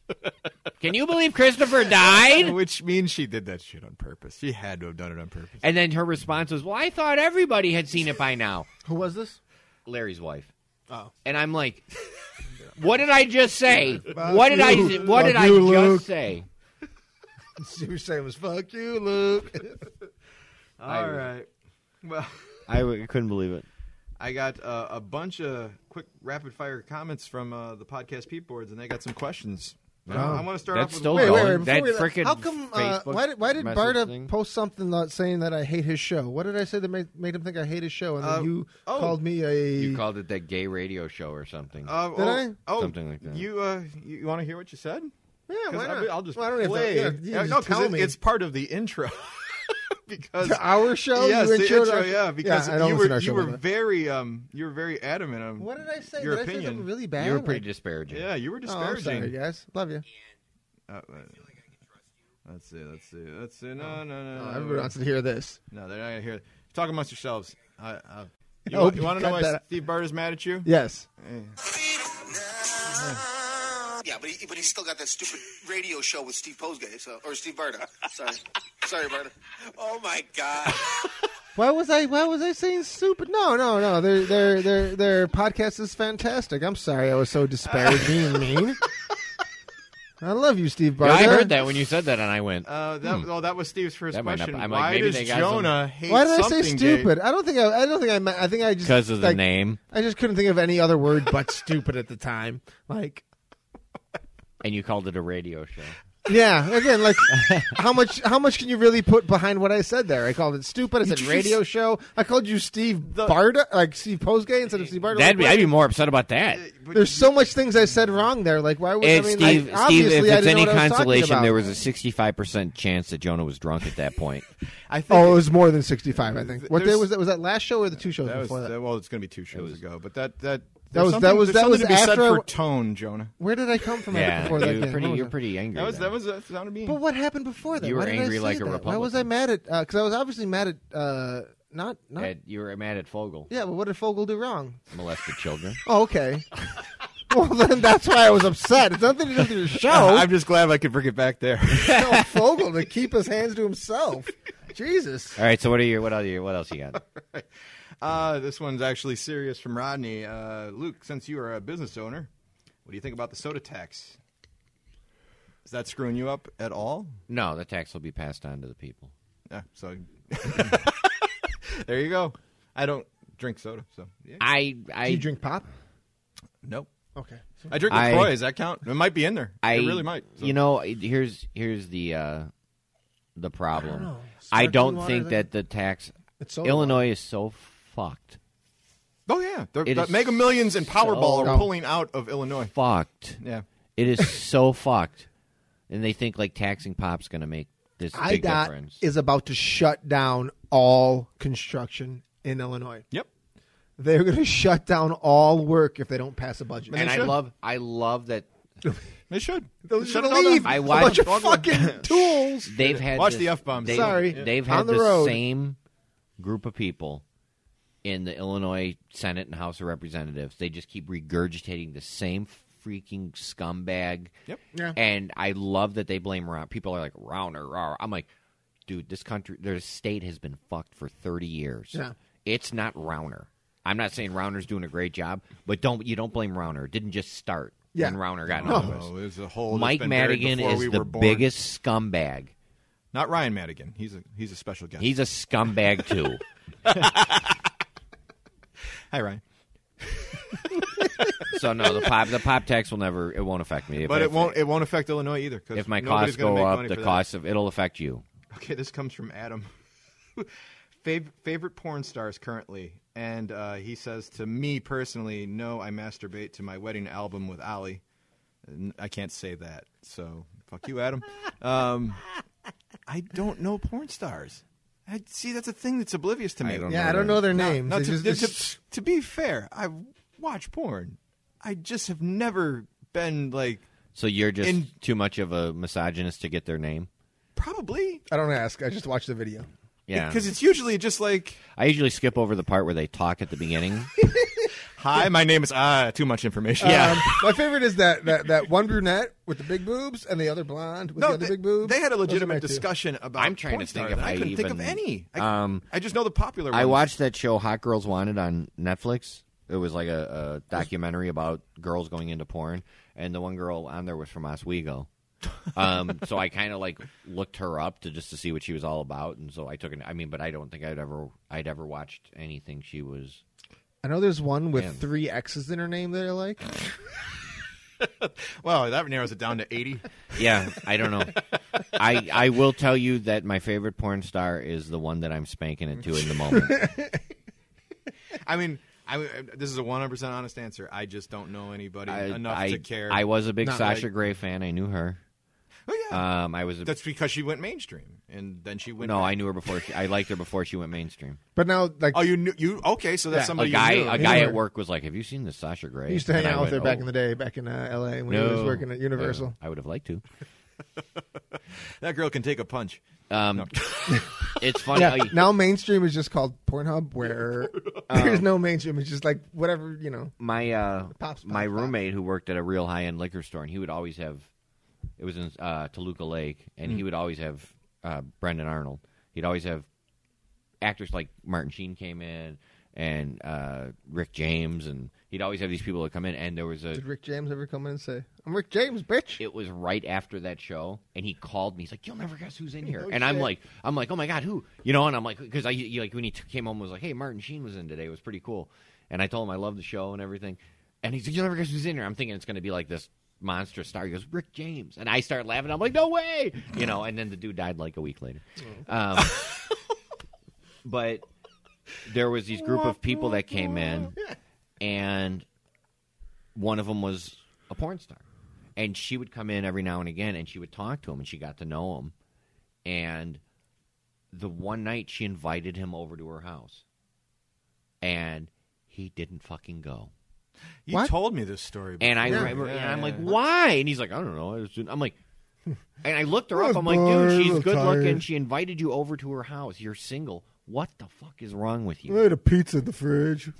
B: Can you believe Christopher died?
C: <laughs> which means she did that shit on purpose. She had to have done it on purpose.
B: And then her response was, "Well, I thought everybody had seen it by now."
A: Who was this? <laughs>
B: Larry's wife.
A: Oh.
B: And I'm like, "What did I just
A: <laughs>
B: say?
A: Fuck
B: What did I?
A: you.
B: What did
A: Fuck
B: I
A: you, Luke.
B: just say?"
A: She was saying was "fuck you, Luke." <laughs>
C: All right. Well,
B: I couldn't believe it.
C: I got uh, a bunch of quick rapid fire comments from uh, the podcast peep boards, and they got some questions.
A: Oh.
C: I want to start
B: That's
C: off with
B: still
C: Will.
B: going.
A: wait, wait,
B: that
A: before we-
B: frickin'
A: how come? Uh,
B: Facebook
A: why did why did
B: message
A: Barta
B: thing.
A: post something that, saying that I hate his show? What did I say that made, made him think I hate his show? And then
C: Uh,
A: you
C: oh.
A: called me a.
B: You called it that gay radio show or something.
C: Uh,
A: Did
C: oh,
A: I?
C: oh,
B: Something like that.
C: You uh, you, want to hear what you said?
A: yeah,
C: 'Cause
A: why
C: I'll
A: not?
C: be- I'll just
A: Well, I don't have to-
C: play.
A: yeah, you
C: Yeah,
A: just
C: no, 'cause
A: tell
C: it-
A: me.
C: it's part of the intro. <laughs> because
A: To <laughs> our show,
C: yes,
A: you
C: the
A: intro,
C: intro,
A: to our-
C: yeah. Because
A: I don't
C: you
A: listen
C: were
A: to our
C: you
A: show,
C: were
A: by the way.
C: very um you were very adamant on
A: What did I say?
C: your
A: did
C: opinion.
A: I say something really bad?
B: you were pretty
A: Like,
B: disparaging.
C: yeah, you were
A: oh, I'm
C: disparaging.
A: sorry, guys. Love you.
C: Uh, uh, Let's see. Let's see. Let's see. No, no, no.
A: Oh,
C: no,
A: everybody wants to hear this.
C: No, they're not gonna hear. It. Talk amongst yourselves. I, I,
A: <laughs>
C: you
A: I hope
C: want,
A: you
C: to know
A: Oh, cut
C: why
A: that out.
C: Steve Bart is mad at you?
A: Yes.
F: Yeah, but he, but he's still got that stupid radio show with Steve Posgay, so or Steve Barta. Sorry, sorry, Barta. Oh my God!
A: <laughs> Why was I? Why was I saying stupid? No, no, no. Their their their their podcast is fantastic. I'm sorry, I was so disparaging and
C: <laughs>
A: mean. I love you, Steve Barker.
B: Yeah, I heard that when you said that, and I went,
C: Uh, that, Well, that was Steve's first
B: That might not-
C: question.
B: I'm like,
C: why
B: maybe
C: does
B: they got some-
C: Jonah hate
A: Hmm. Why did I
C: something
A: say
C: gay?
A: stupid? I don't think I. I don't think I. meant- I think I just
B: because of the
A: like,
B: name,
A: I just couldn't think of any other word but <laughs> stupid at the time. Like,
B: and you called it a radio show.
A: yeah. Again, like, how much? How much can you really put behind what I said there? I called it stupid. I said radio show. I called you Steve Barda, like Steve Posgay instead of Steve Barda.
B: That'd be,
A: Like,
B: I'd be more upset about that.
C: But
A: There's so much things I said wrong there. Like, why would I
B: And
A: mean?
B: Steve,
A: I,
B: Steve,
A: obviously,
B: if
A: I didn't
B: it's
A: know
B: any
A: what I was talking
B: consolation,
A: about.
B: there was a 65% chance that Jonah was drunk at
A: <laughs>
B: that point.
C: I think
A: Oh, it was more than 65. I think. What day
C: There's-
A: was that? Was that last show or the two shows
C: that was
A: before that?
C: that, well, it's going to be two shows ago. But that that
A: was-
C: there's
A: that
C: something-
A: was-
C: there's
A: that
C: something
A: was
C: to be said
A: after I
C: for
A: wa-
C: tone, Jonah.
A: Where did I come from
B: yeah,
A: before that?
B: you're
A: game?
B: pretty,
A: What was
B: you're
A: it?
B: pretty angry.
C: That was
B: then.
C: that was that sounded mean.
A: But what happened before that?
B: You
A: Why
B: were
A: did I
B: angry
A: say
B: like a
A: that? Why was I
B: Republican.
A: mad at? Because I was obviously mad at uh, not not.
B: That you were mad at Fogel,
A: yeah, but what did Fogel do wrong?
B: molested children.
A: Oh, okay. <laughs> well, then that's why I was upset. It's nothing to do with
B: <laughs>
A: your show.
C: <laughs> I'm just glad I could bring it
A: <laughs>
C: back there.
A: tell Fogel to keep his hands to himself. Jesus.
B: All right, so what are your what are your what else you
A: <laughs>
B: got?
C: Uh, this one's actually serious from Rodney. Uh, Luke, since you are a business owner, what do you think about the soda tax? Is that screwing you up at all?
B: No, the tax will be passed on to the people.
C: Yeah, so <laughs> there you go. I don't drink soda, so yeah.
B: I I
A: Do you drink pop?
C: nope.
A: Okay.
C: I drink
B: I-
C: LaCroix. Does that count? It might be in there.
B: I
C: it really might. so.
B: You know, it- here's here's the uh, the problem. I
A: know.
B: don't,
A: Sparkling water,
B: think
A: they-
B: that the tax
A: It's so
B: Illinois is so fucked,
C: oh yeah, They're-
B: It
C: the
B: is
C: Mega Millions and Powerball
B: so-
C: are pulling out of Illinois.
B: fucked.
C: Yeah,
A: <laughs>
B: It is so fucked, and they think like taxing pop's going to make this big
A: IDOT
B: difference.
A: is about to shut down all construction in Illinois.
C: yep.
A: They're going to shut down all work if they don't pass a budget.
B: and I
C: should.
B: love I love that
C: They should.
A: They'll
C: They shut
A: just
C: it all down.
A: leave
B: I
A: a
B: watched-
A: bunch of
B: <laughs>
A: fucking tools.
B: they've had
C: Watch
B: this-
C: the F-bombs.
B: they've-
A: Sorry.
B: they've
A: On
B: had
A: the
B: the
A: road.
B: same group of people in the Illinois Senate and House of Representatives. They just keep regurgitating the same freaking scumbag.
C: Yep.
A: Yeah.
B: And I love that they blame Ron. People are like Rauner. Rauner. I'm like, dude, this country, their state has been fucked for 30 years.
A: Yeah.
B: It's not Rauner. I'm not saying Rauner's doing a great job, but don't you don't blame Rauner. It didn't just start
A: Yeah.
B: when Rauner got in
A: No.
B: office.
C: Oh, there's a whole that's
B: Mike
C: been buried
B: Madigan
C: before
B: is
C: we
B: the
C: were born.
B: biggest scumbag.
C: Not Ryan Madigan. He's a he's a special guest.
B: He's a scumbag too.
C: Hi Ryan.
B: so no, the pop the pop tax will never it won't affect me. If
C: But
B: I-
C: it won't it won't affect Illinois either. 'cause
B: if my costs
C: nobody's gonna
B: go
C: make
B: up,
C: money
B: the
C: for that.
B: costs of it'll affect you.
C: Okay, this comes from Adam. Fav- favorite porn stars currently, and uh, he says to me personally, no, I masturbate to my wedding album with Ali. N- I can't say that, so fuck you, Adam. Um, I don't know porn stars. I see that's a thing that's oblivious to me.
B: I don't
A: Yeah, I don't know their
C: No,
A: names.
C: no,
A: They
C: to,
A: just-
C: to-
A: it's-
C: to be fair, I watch porn. I just have never been like
B: So you're just
C: In-
B: too much of a misogynist to get their name.
C: probably
A: I don't ask. I just watch the video.
B: Yeah,
C: because it's usually just like
B: I usually skip over the part where they talk at the
C: <laughs>
B: beginning.
C: Hi, my name is Ah. Too much information.
A: Um, my favorite is that, that that one brunette with the big boobs and the other blonde with
C: no,
A: the other
C: they,
A: big boobs.
C: they had
A: Those
C: a
A: are my
C: legitimate
A: two.
C: discussion about.
B: I'm trying
C: porn
B: to think
C: stars,
B: if
C: and I,
B: I
C: couldn't think of
B: even-
C: any. I,
B: um,
C: I just know the popular. Ones.
B: I watched that show Hot Girls Wanted on Netflix. It was like a, a documentary about girls going into porn, and the one girl on there was from Oswego.
C: <laughs>
B: um, so I kind of like looked her up to just to see what she was all about, and so I took an. I mean, but I don't think I'd ever I'd ever watched anything she was.
A: I know there's one with
B: Man.
A: three X's in her name that I like.
C: Well, that narrows it down to eighty. <laughs>
B: Yeah, I don't know. I I will tell you that my favorite porn star is the one that I'm spanking it to in the moment.
C: I mean, I, this is a one hundred percent honest answer. I just don't know anybody
B: I,
C: <laughs> enough
B: I-
C: to care.
B: I was a big
C: Not
B: Sasha
C: like-
B: Grey fan. I knew her.
C: oh yeah,
B: Um, I was a,
C: that's because she went mainstream, and then she went.
B: no, I knew her before. She, I liked her before she went <laughs> mainstream.
A: But now, like,
C: Oh, you knew you okay? So that's
A: Yeah.
B: A
C: somebody
B: guy,
C: you knew.
B: a guy
A: her.
B: at work was like, "Have you seen this Sasha Grey?"
A: I used to hang
B: And I
A: out with her
B: went,
A: back
B: "Oh,
A: in the day, back in uh, L.A. when
B: no.
A: he was working at Universal.
B: Uh, I would have <laughs> liked to.
C: <laughs> That girl can take a punch.
B: Um,
A: <laughs>
B: it's funny.
A: yeah,
B: how you-
A: now mainstream is just called Pornhub, where <laughs> there's no mainstream. It's just like whatever you know.
B: my uh,
A: Pops, pops,
B: my
A: pops.
B: roommate who worked at a real high end liquor store, and he would always have. It was in uh, Toluca Lake, and
A: Mm.
B: he would always have uh, Brendan Arnold. He'd always have actors like Martin Sheen came in, and uh, Rick James, and he'd always have these people that come in. And there was a
A: Did Rick James ever come in and say, "I'm Rick James, bitch"?
B: it was right after that show, and he called me. He's like, "You'll never guess who's in here."
A: No
B: and I'm
A: shit.
B: like, "I'm like, oh my god, who?" You know, and I'm like, because I you, like when he t- came home I was like, "Hey, Martin Sheen was in today. It was pretty cool." And I told him I love the show and everything. And he's like, "You'll never guess who's in here." I'm thinking it's going to be like this monster star. He goes, "Rick James," and I start laughing. I'm like, "No way!" You know. And then the dude died like a week later.
A: Oh.
B: Um, <laughs> but there was these group of people that came in,
A: <laughs>
B: and one of them was a porn star, and she would come in every now and again, and she would talk to him, and she got to know him, and the one night she invited him over to her house, and he didn't fucking go.
C: You
A: What?
C: told me this story.
B: And I
A: Yeah.
B: remember,
C: Yeah,
B: and I'm
C: yeah,
B: like,
C: yeah.
B: why? And he's like, I don't know. I was doing-" I'm like, and I looked
A: <laughs>
B: her
A: I
B: up.
A: was
B: I'm like,
A: bored,
B: dude,
A: a
B: she's
A: little
B: good looking.
A: tired.
B: She invited you over to her house. You're single. What the fuck is wrong
A: <laughs>
B: with you?
A: had a pizza in the fridge.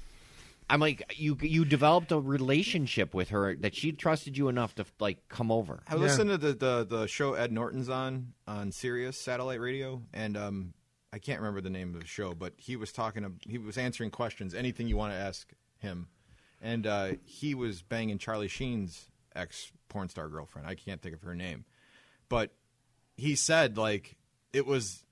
B: I'm like, you you developed a relationship with her that she trusted you enough to like come over.
C: I listened to the, the the show Ed Norton's on on Sirius satellite radio, and um, I can't remember the name of the show, but he was talking. ab- He was answering questions, anything you want to ask him, and uh, he was banging Charlie Sheen's ex porn star girlfriend. I can't think of her name, but he said like it was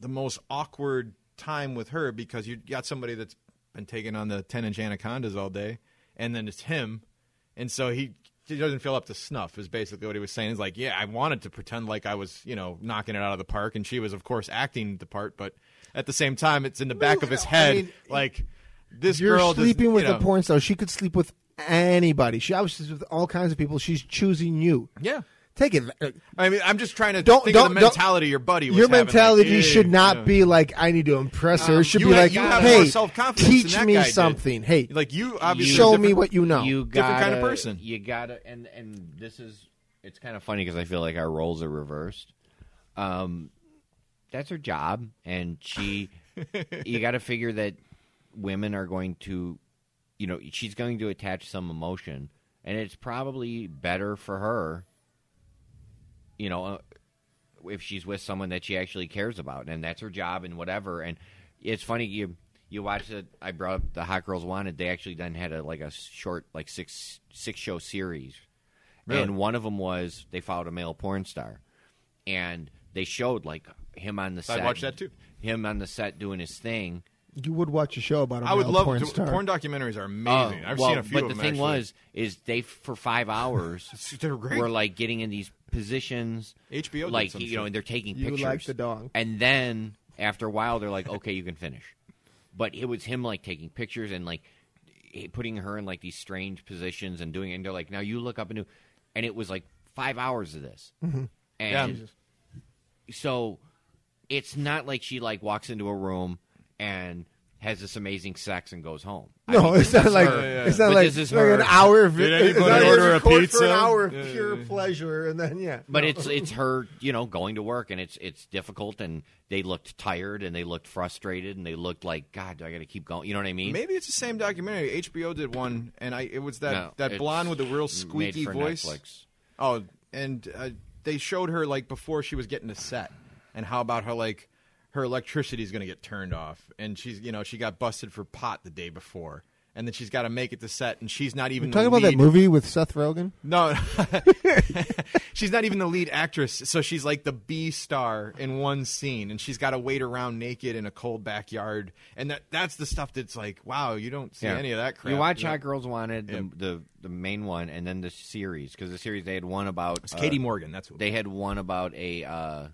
C: the most awkward time with her because you got somebody that's been taking on the 10 inch anacondas all day and then it's him and so he, he doesn't feel up to snuff is basically what he was saying he's like yeah i wanted to pretend like i was you know knocking it out of the park and she was of course acting the part but at the same time it's in the back of his
A: I
C: head
A: mean,
C: like this
A: You're
C: girl does-
A: sleeping with
C: you know,
A: a porn star. She could sleep with anybody. She obviously is with all kinds of people. She's choosing you.
C: yeah
A: Take it. uh,
C: i mean i'm just trying to
A: Don't-
C: think
A: don't-
C: of the
A: don't-
C: mentality your buddy was
A: Your
C: having, like,
A: mentality
C: yeah,
A: should not
C: yeah.
A: be like I need to impress her.
C: Um,
A: it should
C: you
A: be
C: have-
A: like,
C: you have
A: hey,
C: more self-confidence than
A: teach
C: that
A: me
C: guy did.
A: something. Hey,
C: like you obviously
A: show
C: different-
A: me what you know.
B: You got
C: Different kind of person.
B: You gotta, and and this is it's kind of funny because I feel like our roles are reversed. Um, that's her job, and she, you got to figure that women are going to, you know, she's going to attach some emotion, and it's probably better for her, you know, uh, if she's with someone that she actually cares about, and that's her job and whatever. And it's funny you You watch it. I brought up the Hot Girls Wanted. They actually then had a like a short, like six six show series,
C: Really?
B: and one of them was they followed a male porn star, and they showed like him on the set.
C: watched that, too.
B: Him on the set doing his thing.
A: You would watch a show about a
C: I would
A: male
C: love
A: porn
C: porn,
A: star. <laughs>
C: porn documentaries are amazing.
B: Oh,
C: I've
B: well,
C: seen a few
B: but
C: of
B: the
C: them.
B: thing
C: actually.
B: was, is they for five
C: <laughs>
B: hours
C: They're great.
B: were like getting in these positions.
C: HBO did
B: like
C: some
B: you
C: shit.
B: know, and they're taking
A: You
B: pictures.
A: like the dong.
B: and then after a while, they're like, okay, you can finish. But it was him like taking pictures and like he- putting her in like these strange positions and doing it. And they're like, now you look up and do, and it was like five hours of this.
A: Mm-hmm.
C: Yeah.
B: And so it's not like she like walks into a room and has this amazing sex and goes home. I
A: No,
B: mean,
A: it's not
B: this is
A: like
B: her.
A: it's not
B: But
A: like,
B: this is
A: like
B: her.
A: an hour. Of, <laughs>
C: Did
A: it's
C: anybody
A: not like
C: order a
A: record for
C: pizza?
A: an hour of
C: Yeah, yeah,
A: pure
C: yeah.
A: pleasure, and then yeah.
B: But it's it's her, you know, going to work and it's it's difficult and they looked tired and they looked frustrated and they looked like God, do I got to keep going? You know what I mean?
C: Maybe it's the same documentary. HBO did one, and I it was that
B: No,
C: that
B: it's
C: blonde with the real
B: made
C: squeaky
B: for
C: voice.
B: Netflix.
C: Oh, and uh, they showed her like before she was getting to set, and how about how like her electricity's going to get turned off, and she's you know she got busted for pot the day before, and then she's got to make it to set, and she's not even the
A: Talking about that
C: lead-
A: movie with Seth Rogen.
C: No, <laughs> she's not even the lead actress, so she's like the B star in one scene, and she's got to wait around naked in a cold backyard, and that that's the stuff that's like, wow, you don't see any of that crap.
B: You watch
C: Yeah.
B: Hot Girls Wanted, the,
C: Yeah.
B: the the main one, and then the series because the series they had one about
C: It's
B: uh,
C: Katie Morgan. That's what
B: They had one about a uh,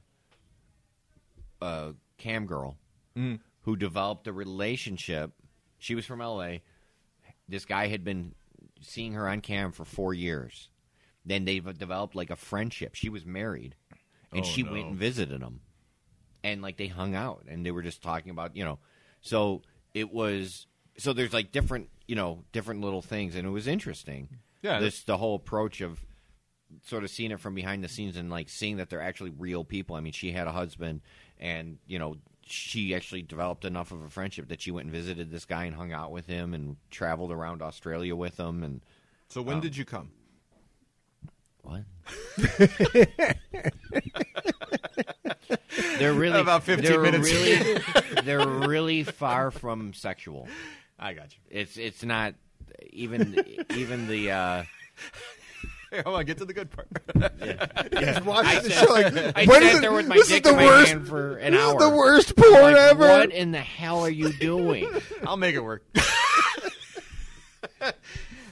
B: uh, cam girl
C: Mm.
B: who developed a relationship. She was from LA. This guy had been seeing her on cam for four years. Then they developed like a friendship. She was married, and
C: Oh,
B: she
C: no.
B: went and visited him, and like they hung out, and they were just talking about you know. So it was so there's like different you know different little things, and it was interesting.
C: Yeah.
B: this the whole approach of sort of seeing it from behind the scenes and like seeing that they're actually real people. I mean, she had a husband, and you know, she actually developed enough of a friendship that she went and visited this guy and hung out with him and traveled around Australia with him. And
C: so when did you come?
B: what? <laughs> they're really
C: About 15
B: they're
C: minutes.
A: <laughs>
B: Really, they're really far from sexual.
C: I got you.
B: It's it's not even even the. Uh,
C: Hey, hold on, get to the good part. <laughs>
A: Just watching the
B: sat-
A: show <laughs> like
B: I
A: what is
B: sat
A: it-
B: there with my
A: this
B: dick
A: is the
B: in my
A: worst.
B: hand for an
A: This
B: hour.
A: is the worst porn
B: Like,
A: ever.
B: What in the hell are you doing?
C: I'll make it work. <laughs>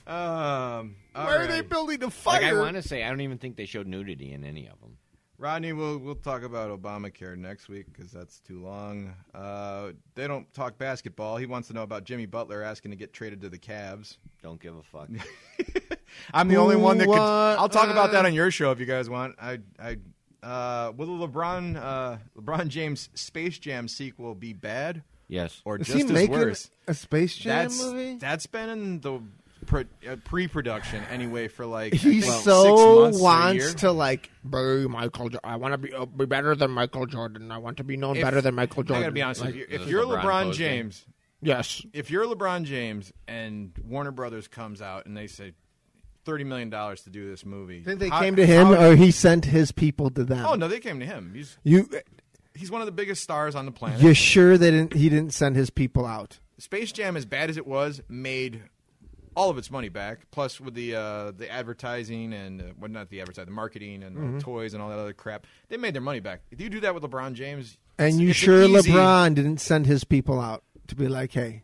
C: um, all
A: Why are they
C: right.
A: building a fire?
B: like I want to say, I don't even think they showed nudity in any of them.
C: Rodney, we'll we'll talk about Obamacare next week because that's too long. Uh, they don't talk basketball. He wants to know about Jimmy Butler asking to get traded to the Cavs.
B: Don't give
A: <laughs>
B: a fuck.
C: I'm the only one that could.
A: What? Uh.
C: I'll talk about that on your show if you guys want. I, I, uh, will the LeBron, uh, LeBron James Space Jam sequel be bad
B: yes.
C: or
A: Is
C: just
A: he
C: as
A: making
C: worse?
A: a Space Jam
C: that's
A: movie?
C: that's been in the pro, uh, pre-production anyway for like I
A: he
C: think
A: so
C: six months to a year.
A: wants to like be Michael. Jo- I want to be uh, be better than Michael Jordan. I want to be known
C: If-
A: better than Michael Jordan.
C: I gotta be honest
A: Like,
C: with you.
B: Is
C: If
B: this
C: you're
B: LeBron
C: LeBron
B: posing?
C: James,
A: Yes,
C: if you're LeBron James and Warner Brothers comes out and they say thirty million dollars to do this movie,
A: think they
C: how-
A: came to him,
C: how-
A: or he sent his people to them.
C: oh no, they came to him. He's
A: you
C: he's one of the biggest stars on the planet.
A: you sure they didn't? He didn't send his people out.
C: Space Jam, as bad as it was, made all of its money back. Plus, with the uh, the advertising and uh, well, not the advertising, the marketing and the toys and all that other crap, they made their money back. If you do that with LeBron James,
A: And
C: it's-
A: you
C: it's an
A: sure
C: easy-
A: LeBron didn't send his people out to be like, hey,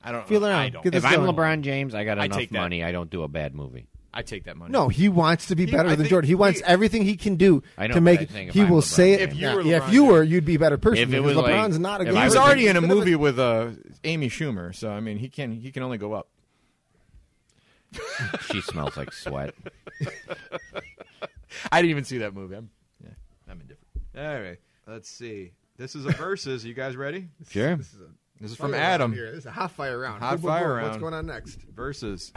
C: I don't
A: feel it
C: I
A: out.
C: don't.
A: Get the-
B: If
A: It's
B: I'm
A: going-
B: LeBron James, I got
C: I
B: enough
C: take that.
B: money. I don't do a bad movie.
C: I take that money.
A: no, he wants to be
C: He-
A: better
C: I
A: than
C: think
A: Jordan. He wants
C: he-
A: everything he can do
B: I
A: to
B: know, but
A: make
B: I
A: it.
B: think if
A: He
B: I'm
A: will
B: LeBron
A: say it.
B: James- If
C: you were
A: Yeah,
C: LeBron
A: if you
C: James-
A: were, you'd be a better person.
B: If it
A: because
B: was like-
A: LeBron's not a
B: if
A: good.
B: I
C: He's
B: was
C: already
A: person.
C: in a
A: He's bit of
C: movie with uh, Amy Schumer, so I mean he can he can only go up.
B: She smells
A: <laughs>
B: like sweat.
C: I didn't even see that movie. I'm yeah, I'm indifferent. All right, let's see. This is a versus. you guys ready?
B: Sure.
C: This is from Adam.
A: This is a hot fire round.
C: Hot Boom, boom, fire boom. What's
A: What's
C: round.
A: going
C: going
A: on next?
C: Versus.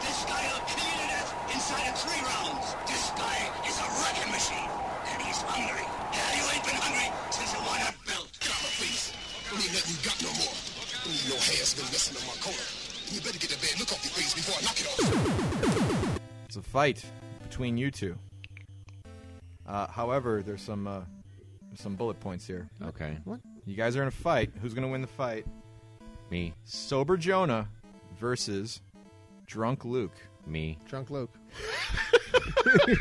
G: This guy will kill you to death inside of three rounds. This guy is a wrecking machine, and he's hungry. Hell, you ain't been hungry since you won that belt. Get out of my face. Don't need nothing you got no more. Don't need no hands been messing up my corner. You better get the bad look off your face before I knock it off.
C: It's a fight between you two. Uh, however, there's some uh, some bullet points here.
B: Okay. What?
C: You guys are in a fight. Who's going to win the fight?
B: Me.
C: Sober Jonah versus drunk Luke. <laughs>
B: Me.
A: Drunk Luke.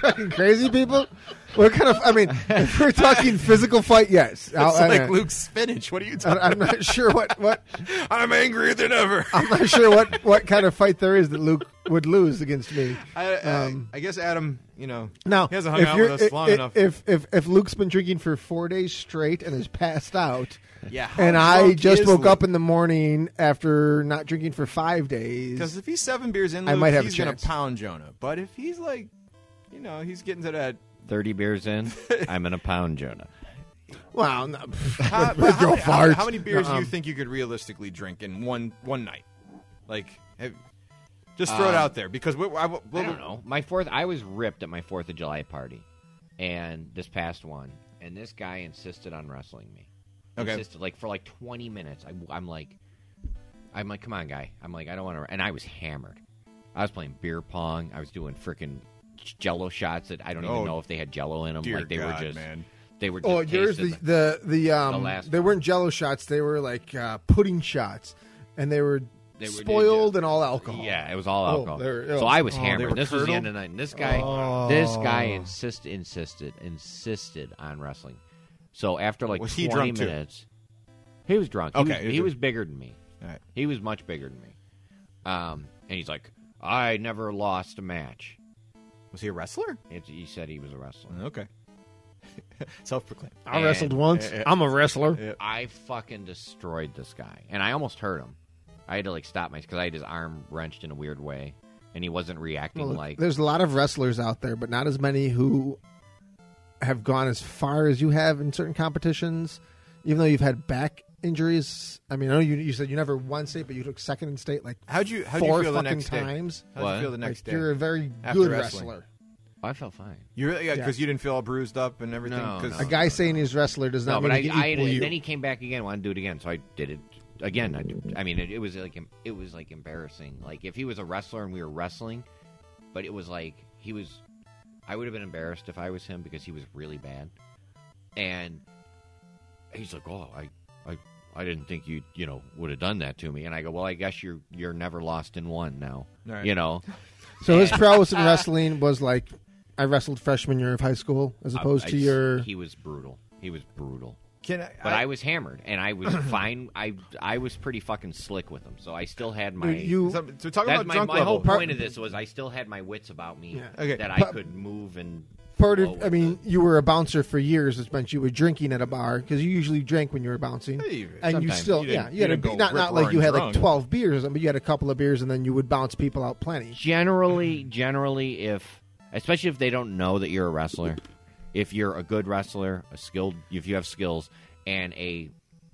A: Fucking <laughs> crazy people. What kind of? I mean, if we're talking physical fight,
B: <laughs>
A: yes. I'll-
C: It's
A: I-
C: like Luke's spinach. What are you
A: I,
C: talking?
A: I'm not sure what what
C: I'm angrier
A: <laughs>
C: than ever.
A: I'm not sure what what kind of fight there is that Luke would lose against me.
C: I, I, I guess Adam, you know,
A: um, Now,
C: he hasn't hung
A: if
C: out
A: you're-
C: with us
A: if,
C: long
A: if,
C: enough.
A: If, if if Luke's been drinking for four days straight and is passed out,
C: yeah, how
A: and I
C: drunk
A: just
C: is
A: woke up
C: Luke?
A: in the morning after not drinking for five days,
C: Because if he's seven beers in,
A: I
C: Luke,
A: might have a
C: he's going
A: chance.
C: to pound Jonah. But if he's like, you know, he's getting to that.
B: 30 beers <laughs> in, I'm going to pound Jonah.
A: well, no, pff, <laughs> <laughs>
C: How,
A: Go
C: but how, many, how,
A: fart.
C: how many beers do
A: Uh-uh.
C: you think you could realistically drink in one one night? Like, have, just throw it
A: Uh,
C: out there because we, I, we,
B: I don't know. My fourth, I was ripped at my Fourth of July party, and this past one, and this guy insisted on wrestling me.
C: Okay.
B: Insisted, like for like twenty minutes. I, am like, I'm like, come on, guy. I'm like, I don't want to. And I was hammered. I was playing beer pong. I was doing freaking Jello shots that I don't
C: Oh,
B: even know if they had Jello in them.
C: dear
B: Like they
C: God,
B: were just,
C: man.
B: they were. Just
A: oh, yours the
B: tasted like-
A: the the um,
B: The last
A: they
B: one.
A: weren't Jello shots, they were like uh, pudding shots, and they were
B: They were-
A: spoiled and all alcohol.
B: Yeah, it was all
A: Oh,
B: alcohol.
A: there- oh,
B: so I was
A: oh,
B: hammered.
C: were Oh.
B: This was the
C: curdled?
B: end of the night. And this guy, this guy insist, insisted, insisted on wrestling. So after like
C: Was he
B: twenty
C: drunk too?
B: minutes, he was drunk. He
C: Okay,
B: was-
C: he
B: he,
C: was
B: was,
C: drunk.
B: bigger than me.
C: All right.
B: He was much bigger than me. Um, and he's like, I never lost a match.
C: Was he a wrestler?
B: It's, he said he was a wrestler.
C: Okay. <laughs> Self-proclaimed.
A: I wrestled once.
C: uh,
A: I'm a wrestler.
B: I fucking destroyed this guy, and I almost hurt him. I had to like stop my because I had his arm wrenched in a weird way, and he wasn't reacting
A: Well, look,
B: like
A: there's a lot of wrestlers out there, but not as many who have gone as far as you have in certain competitions. Even though you've had back injuries, I mean, I know you, you said you never won state, but you took second in state like
C: How'd you- how'd you
A: four
C: feel the
A: fucking
C: next day?
A: times.
C: How did
B: What?
C: you feel the
A: Like,
C: next day?
A: you're a very
C: After
A: good
C: wrestling.
A: wrestler.
B: "Oh, I felt fine.
C: You really, yeah,
A: Yeah.
C: because you didn't feel all bruised up and everything.
B: No,
C: 'cause-
A: A
B: Oh, no.
A: guy saying he's a wrestler does
B: No,
A: not
B: but I,
A: mean
B: I
A: he equal you.
B: and then he came back again. Wanted to do it again, so I did it again. I, did- I mean, it, it was like em- it was like embarrassing. Like if he was a wrestler and we were wrestling, but it was like he was. I would have been embarrassed if I was him because he was really bad. And he's like, "Oh, I, I, I didn't think you, you know, would have done that to me." And I go, "Well, I guess you're you're never lost in one now,
C: Right.
B: you know."
A: so
B: <laughs>
A: his prowess in
B: Uh,
A: wrestling was like I wrestled freshman year of high school, as
B: I-
A: opposed
B: I
A: to
B: s-
A: your.
B: he was brutal. He was brutal.
C: Can I,
B: But I, was hammered, and I was fine. I I was pretty fucking slick with them, so I still had my.
A: you
C: so, so talk
B: that's
C: about
B: my,
C: drunk
B: my
C: level.
B: whole point of this was I still had my wits about me
C: Okay.
B: that
C: Pa-
B: I could move and.
A: part
B: flow
A: of
B: with
A: i mean
B: it.
A: you were a bouncer for years which meant you were drinking at a bar because you usually drank when you were bouncing
C: Hey,
A: and you
B: sometimes.
A: still
C: You
A: yeah
C: didn't-
A: you had
C: you
A: a,
C: didn't
A: be-
C: go
A: not, not
C: rip
A: like
C: roaring
A: you had
C: drunk.
A: like 12 beers but you had a couple of beers and then you would bounce people out plenty
B: generally generally if especially if they don't know that you're a wrestler, if you're a good wrestler, a skilled, if you have skills, and a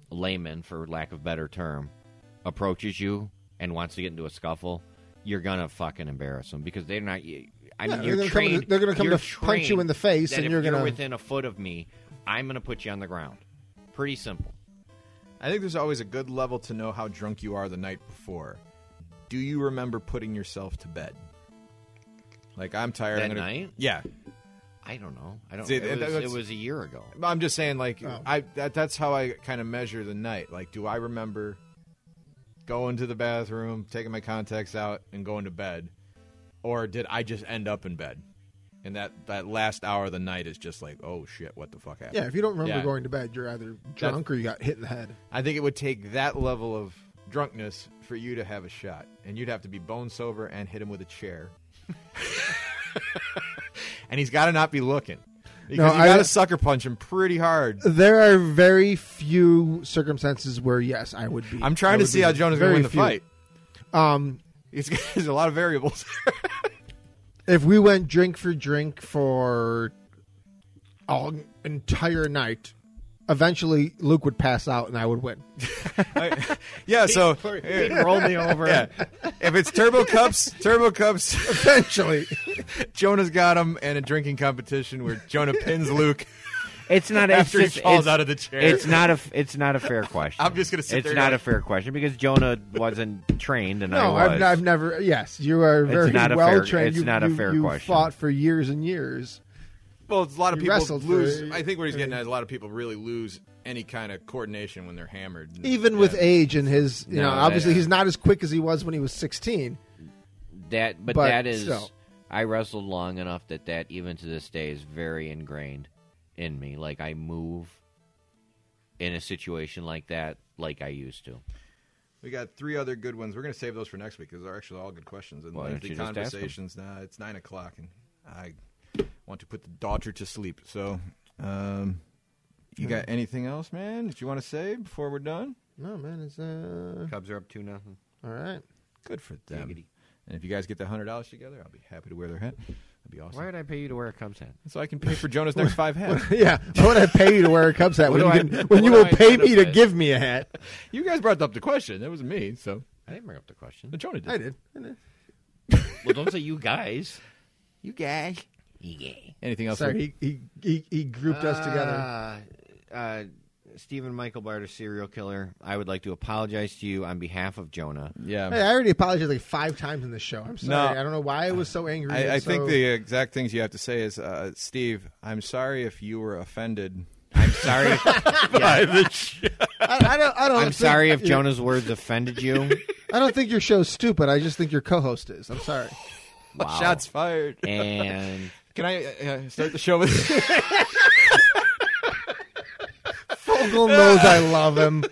B: layman, for lack of better term, approaches you and wants to get into a scuffle. You're gonna fucking embarrass them because they're not. I mean,
A: they're
B: you're
A: gonna come to-
B: trained.
A: they're gonna come
B: you're
A: to punch you
B: trained
A: in the face
B: that
A: and
B: if
A: you're gonna-
B: within a foot of me. I'm gonna put you on the ground. Pretty simple.
C: I think there's always a good level to know how drunk you are the night before. Do you remember putting yourself to bed? Like I'm tired. I'm
B: That
C: gonna-
B: night?
C: Yeah,
B: I don't know. I don't.
C: See,
B: It,
C: that-
B: was, it
C: that's-
B: was a year ago.
C: I'm just saying. Like
A: Oh.
C: I, that, that's how I kind of measure the night. Like, do I remember going to the bathroom, taking my contacts out, and going to bed, or did I just end up in bed? And that that last hour of the night is just like, oh shit, what the fuck happened?
A: yeah if you don't remember
C: Yeah.
A: going to bed you're either drunk or you got hit in the head
C: I think it would take that level of drunkenness for you to have a shot, and you'd have to be bone sober and hit him with a chair. <laughs> and he's got to not be looking because you
A: I-
C: got to sucker punch him pretty hard.
A: there are very few circumstances where yes i would be
C: I'm trying
A: I
C: to
A: would
C: see
A: be
C: how Jonah's
A: very
C: going to win the
A: few.
C: fight.
A: um
C: It's, there's a lot of variables. <laughs>
A: if we went drink for drink for all entire night eventually luke would pass out and i would
C: <laughs>
A: win
C: yeah, so
B: Roll me over.
C: yeah. if it's turbo cups, turbo cups, <laughs>
A: eventually
C: Jonah's got him, and a drinking competition where Jonah pins Luke.
B: <laughs> It's not
C: After he
B: it's just,
C: falls
B: it's-
C: out of the chair.
B: It's not a f- it's not a fair question.
C: I'm just gonna sit
B: It's
C: there
B: not
C: going-
B: a fair question because Jonah wasn't trained and
A: No,
B: I
A: I've,
B: was.
A: I've never. Yes, you are very
B: not a
A: well
B: fair-
A: trained.
B: it's
A: you,
B: not a
A: you-
B: fair
A: you
B: question.
A: fought for years and years.
C: Well, it's a lot of
A: You
C: people
A: wrestled for-
C: lose. I think what he's getting at is a lot of people really lose any kind of coordination when they're hammered.
A: Even
C: Yeah.
A: with age and his, you
B: No,
A: know, obviously
C: yeah.
A: he's not as quick as he was when he was 16.
B: That, but,
A: But
B: that is.
A: still.
B: I wrestled long enough that that even to this day is very ingrained in me. Like I move in a situation like that, like I used to.
C: We got three other good ones. We're going to save those for next week because they're actually all good questions and
B: Why don't
C: lengthy
B: you just ask them?
C: conversations. Nah, it's nine o'clock and I want to put the daughter to sleep. So, um, you got anything else, man, that you want to say before we're done?
A: No, man, it's uh,
B: Cubs are up two nothing.
A: all right. <laughs>
C: Good for them.
B: Giggity.
C: And if you guys get the hundred dollars together, I'll be happy to wear their hat. That'd be awesome.
B: Why did I pay you to wear a Cubs hat?
C: So I can pay for Jonah's next five hats.
B: <laughs>
A: Yeah, I would I pay you to wear a Cubs hat when you,
B: What do I-
A: can, when you
B: what do
A: will
B: I
A: pay
B: put up
A: me to
B: with?
A: give me a hat?
C: You guys brought up the question. It was me, so
B: I didn't bring up the <laughs> question.
C: but Jonah did.
A: I did. I did.
B: well, don't say you guys. You guys. You guys.
C: Anything else?
A: Sorry, he he, he, he grouped us together.
B: Uh, uh, Stephen Michael Barter, serial killer. I would like to apologize to you on behalf of Jonah.
C: Yeah.
A: Hey, I already apologized like five times in the show. I'm sorry. I don't know why I was so angry. and
C: I, I think
A: so-
C: the exact things you have to say is, uh, Steve, I'm sorry if you were offended.
B: I'm <laughs> sorry. Yeah.
C: <laughs>
A: I, I don't. I don't
B: I'm
A: think-
B: sorry if Jonah's words offended you.
A: <laughs> I don't think your show's stupid. I just think your co-host is. I'm sorry.
B: Wow.
C: Shots fired.
B: And
C: Can I uh, start the
B: <laughs>
C: show with?
B: <laughs>
A: Fogel knows I love him.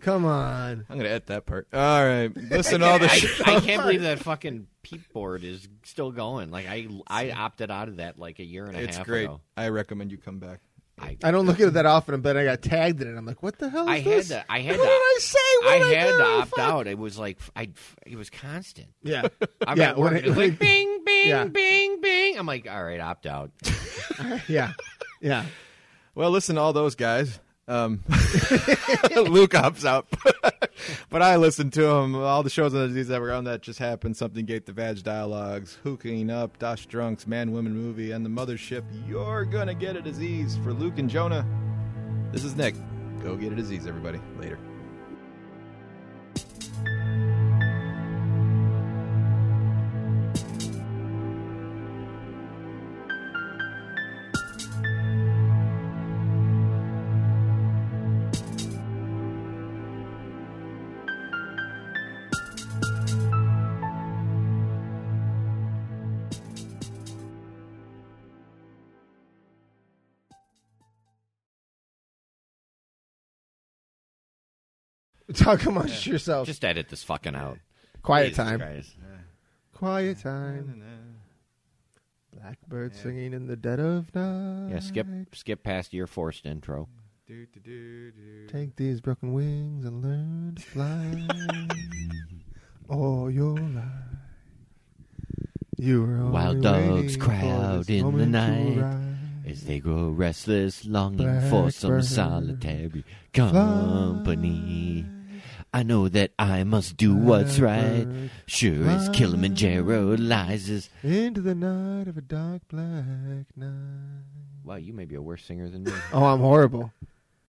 A: Come on.
C: I'm gonna edit that part. All right. Listen, to all the.
B: <laughs> I,
C: Sh-
B: I can't believe that fucking peep board is still going. Like I, I opted out of that like a year and a
C: it's
B: half
C: great.
B: ago.
C: I recommend you come back.
B: I,
A: I don't look at it that often, but I got tagged in it. I'm like, what the hell is
B: I had
A: this?
B: to. I had
A: what did
B: to.
A: I say? What
B: I
A: did
B: had
A: do?
B: to opt
A: Fuck.
B: out. It was like I. It
A: <laughs>
B: was constant.
A: Yeah.
B: I'm
A: yeah.
B: at work,
A: when
B: and it's
A: <laughs>
B: like
A: it-
B: bing, bing,
A: Yeah.
B: bing, bing. I'm like, all right,
A: <laughs>
B: opt out.
A: yeah. Yeah.
C: Well, listen, to all those guys. Um, <laughs> Luke opts out, <laughs> but I listen to him. All the shows on the disease network on that just happened. Something gate the vag dialogues, hooking up, Dosh drunks, man woman movie, and the mothership. You're gonna get a disease for Luke and Jonah. This is Nick. Go get a disease, everybody. Later.
A: Talk amongst yourselves.
B: Just edit this fucking out.
A: Quiet
B: Jesus
A: time.
B: Christ.
A: Quiet time. Blackbird singing in the dead of night.
B: Yeah, skip skip past your forced intro.
A: Take these broken wings and learn to
B: <laughs>
A: fly. all your life. You were only
B: Wild dogs
A: waiting
B: cry
A: for
B: out
A: this
B: in the
A: moment to
B: night.
A: arrive.
B: As they grow restless, longing for some
A: Blackbird,
B: solitary company. I know that I must do what's right.
A: Blackbird,
B: Sure as Kilimanjaro lies.
A: Into the night of a dark black night.
B: Wow, you may be a worse singer than me.
A: Oh, I'm horrible.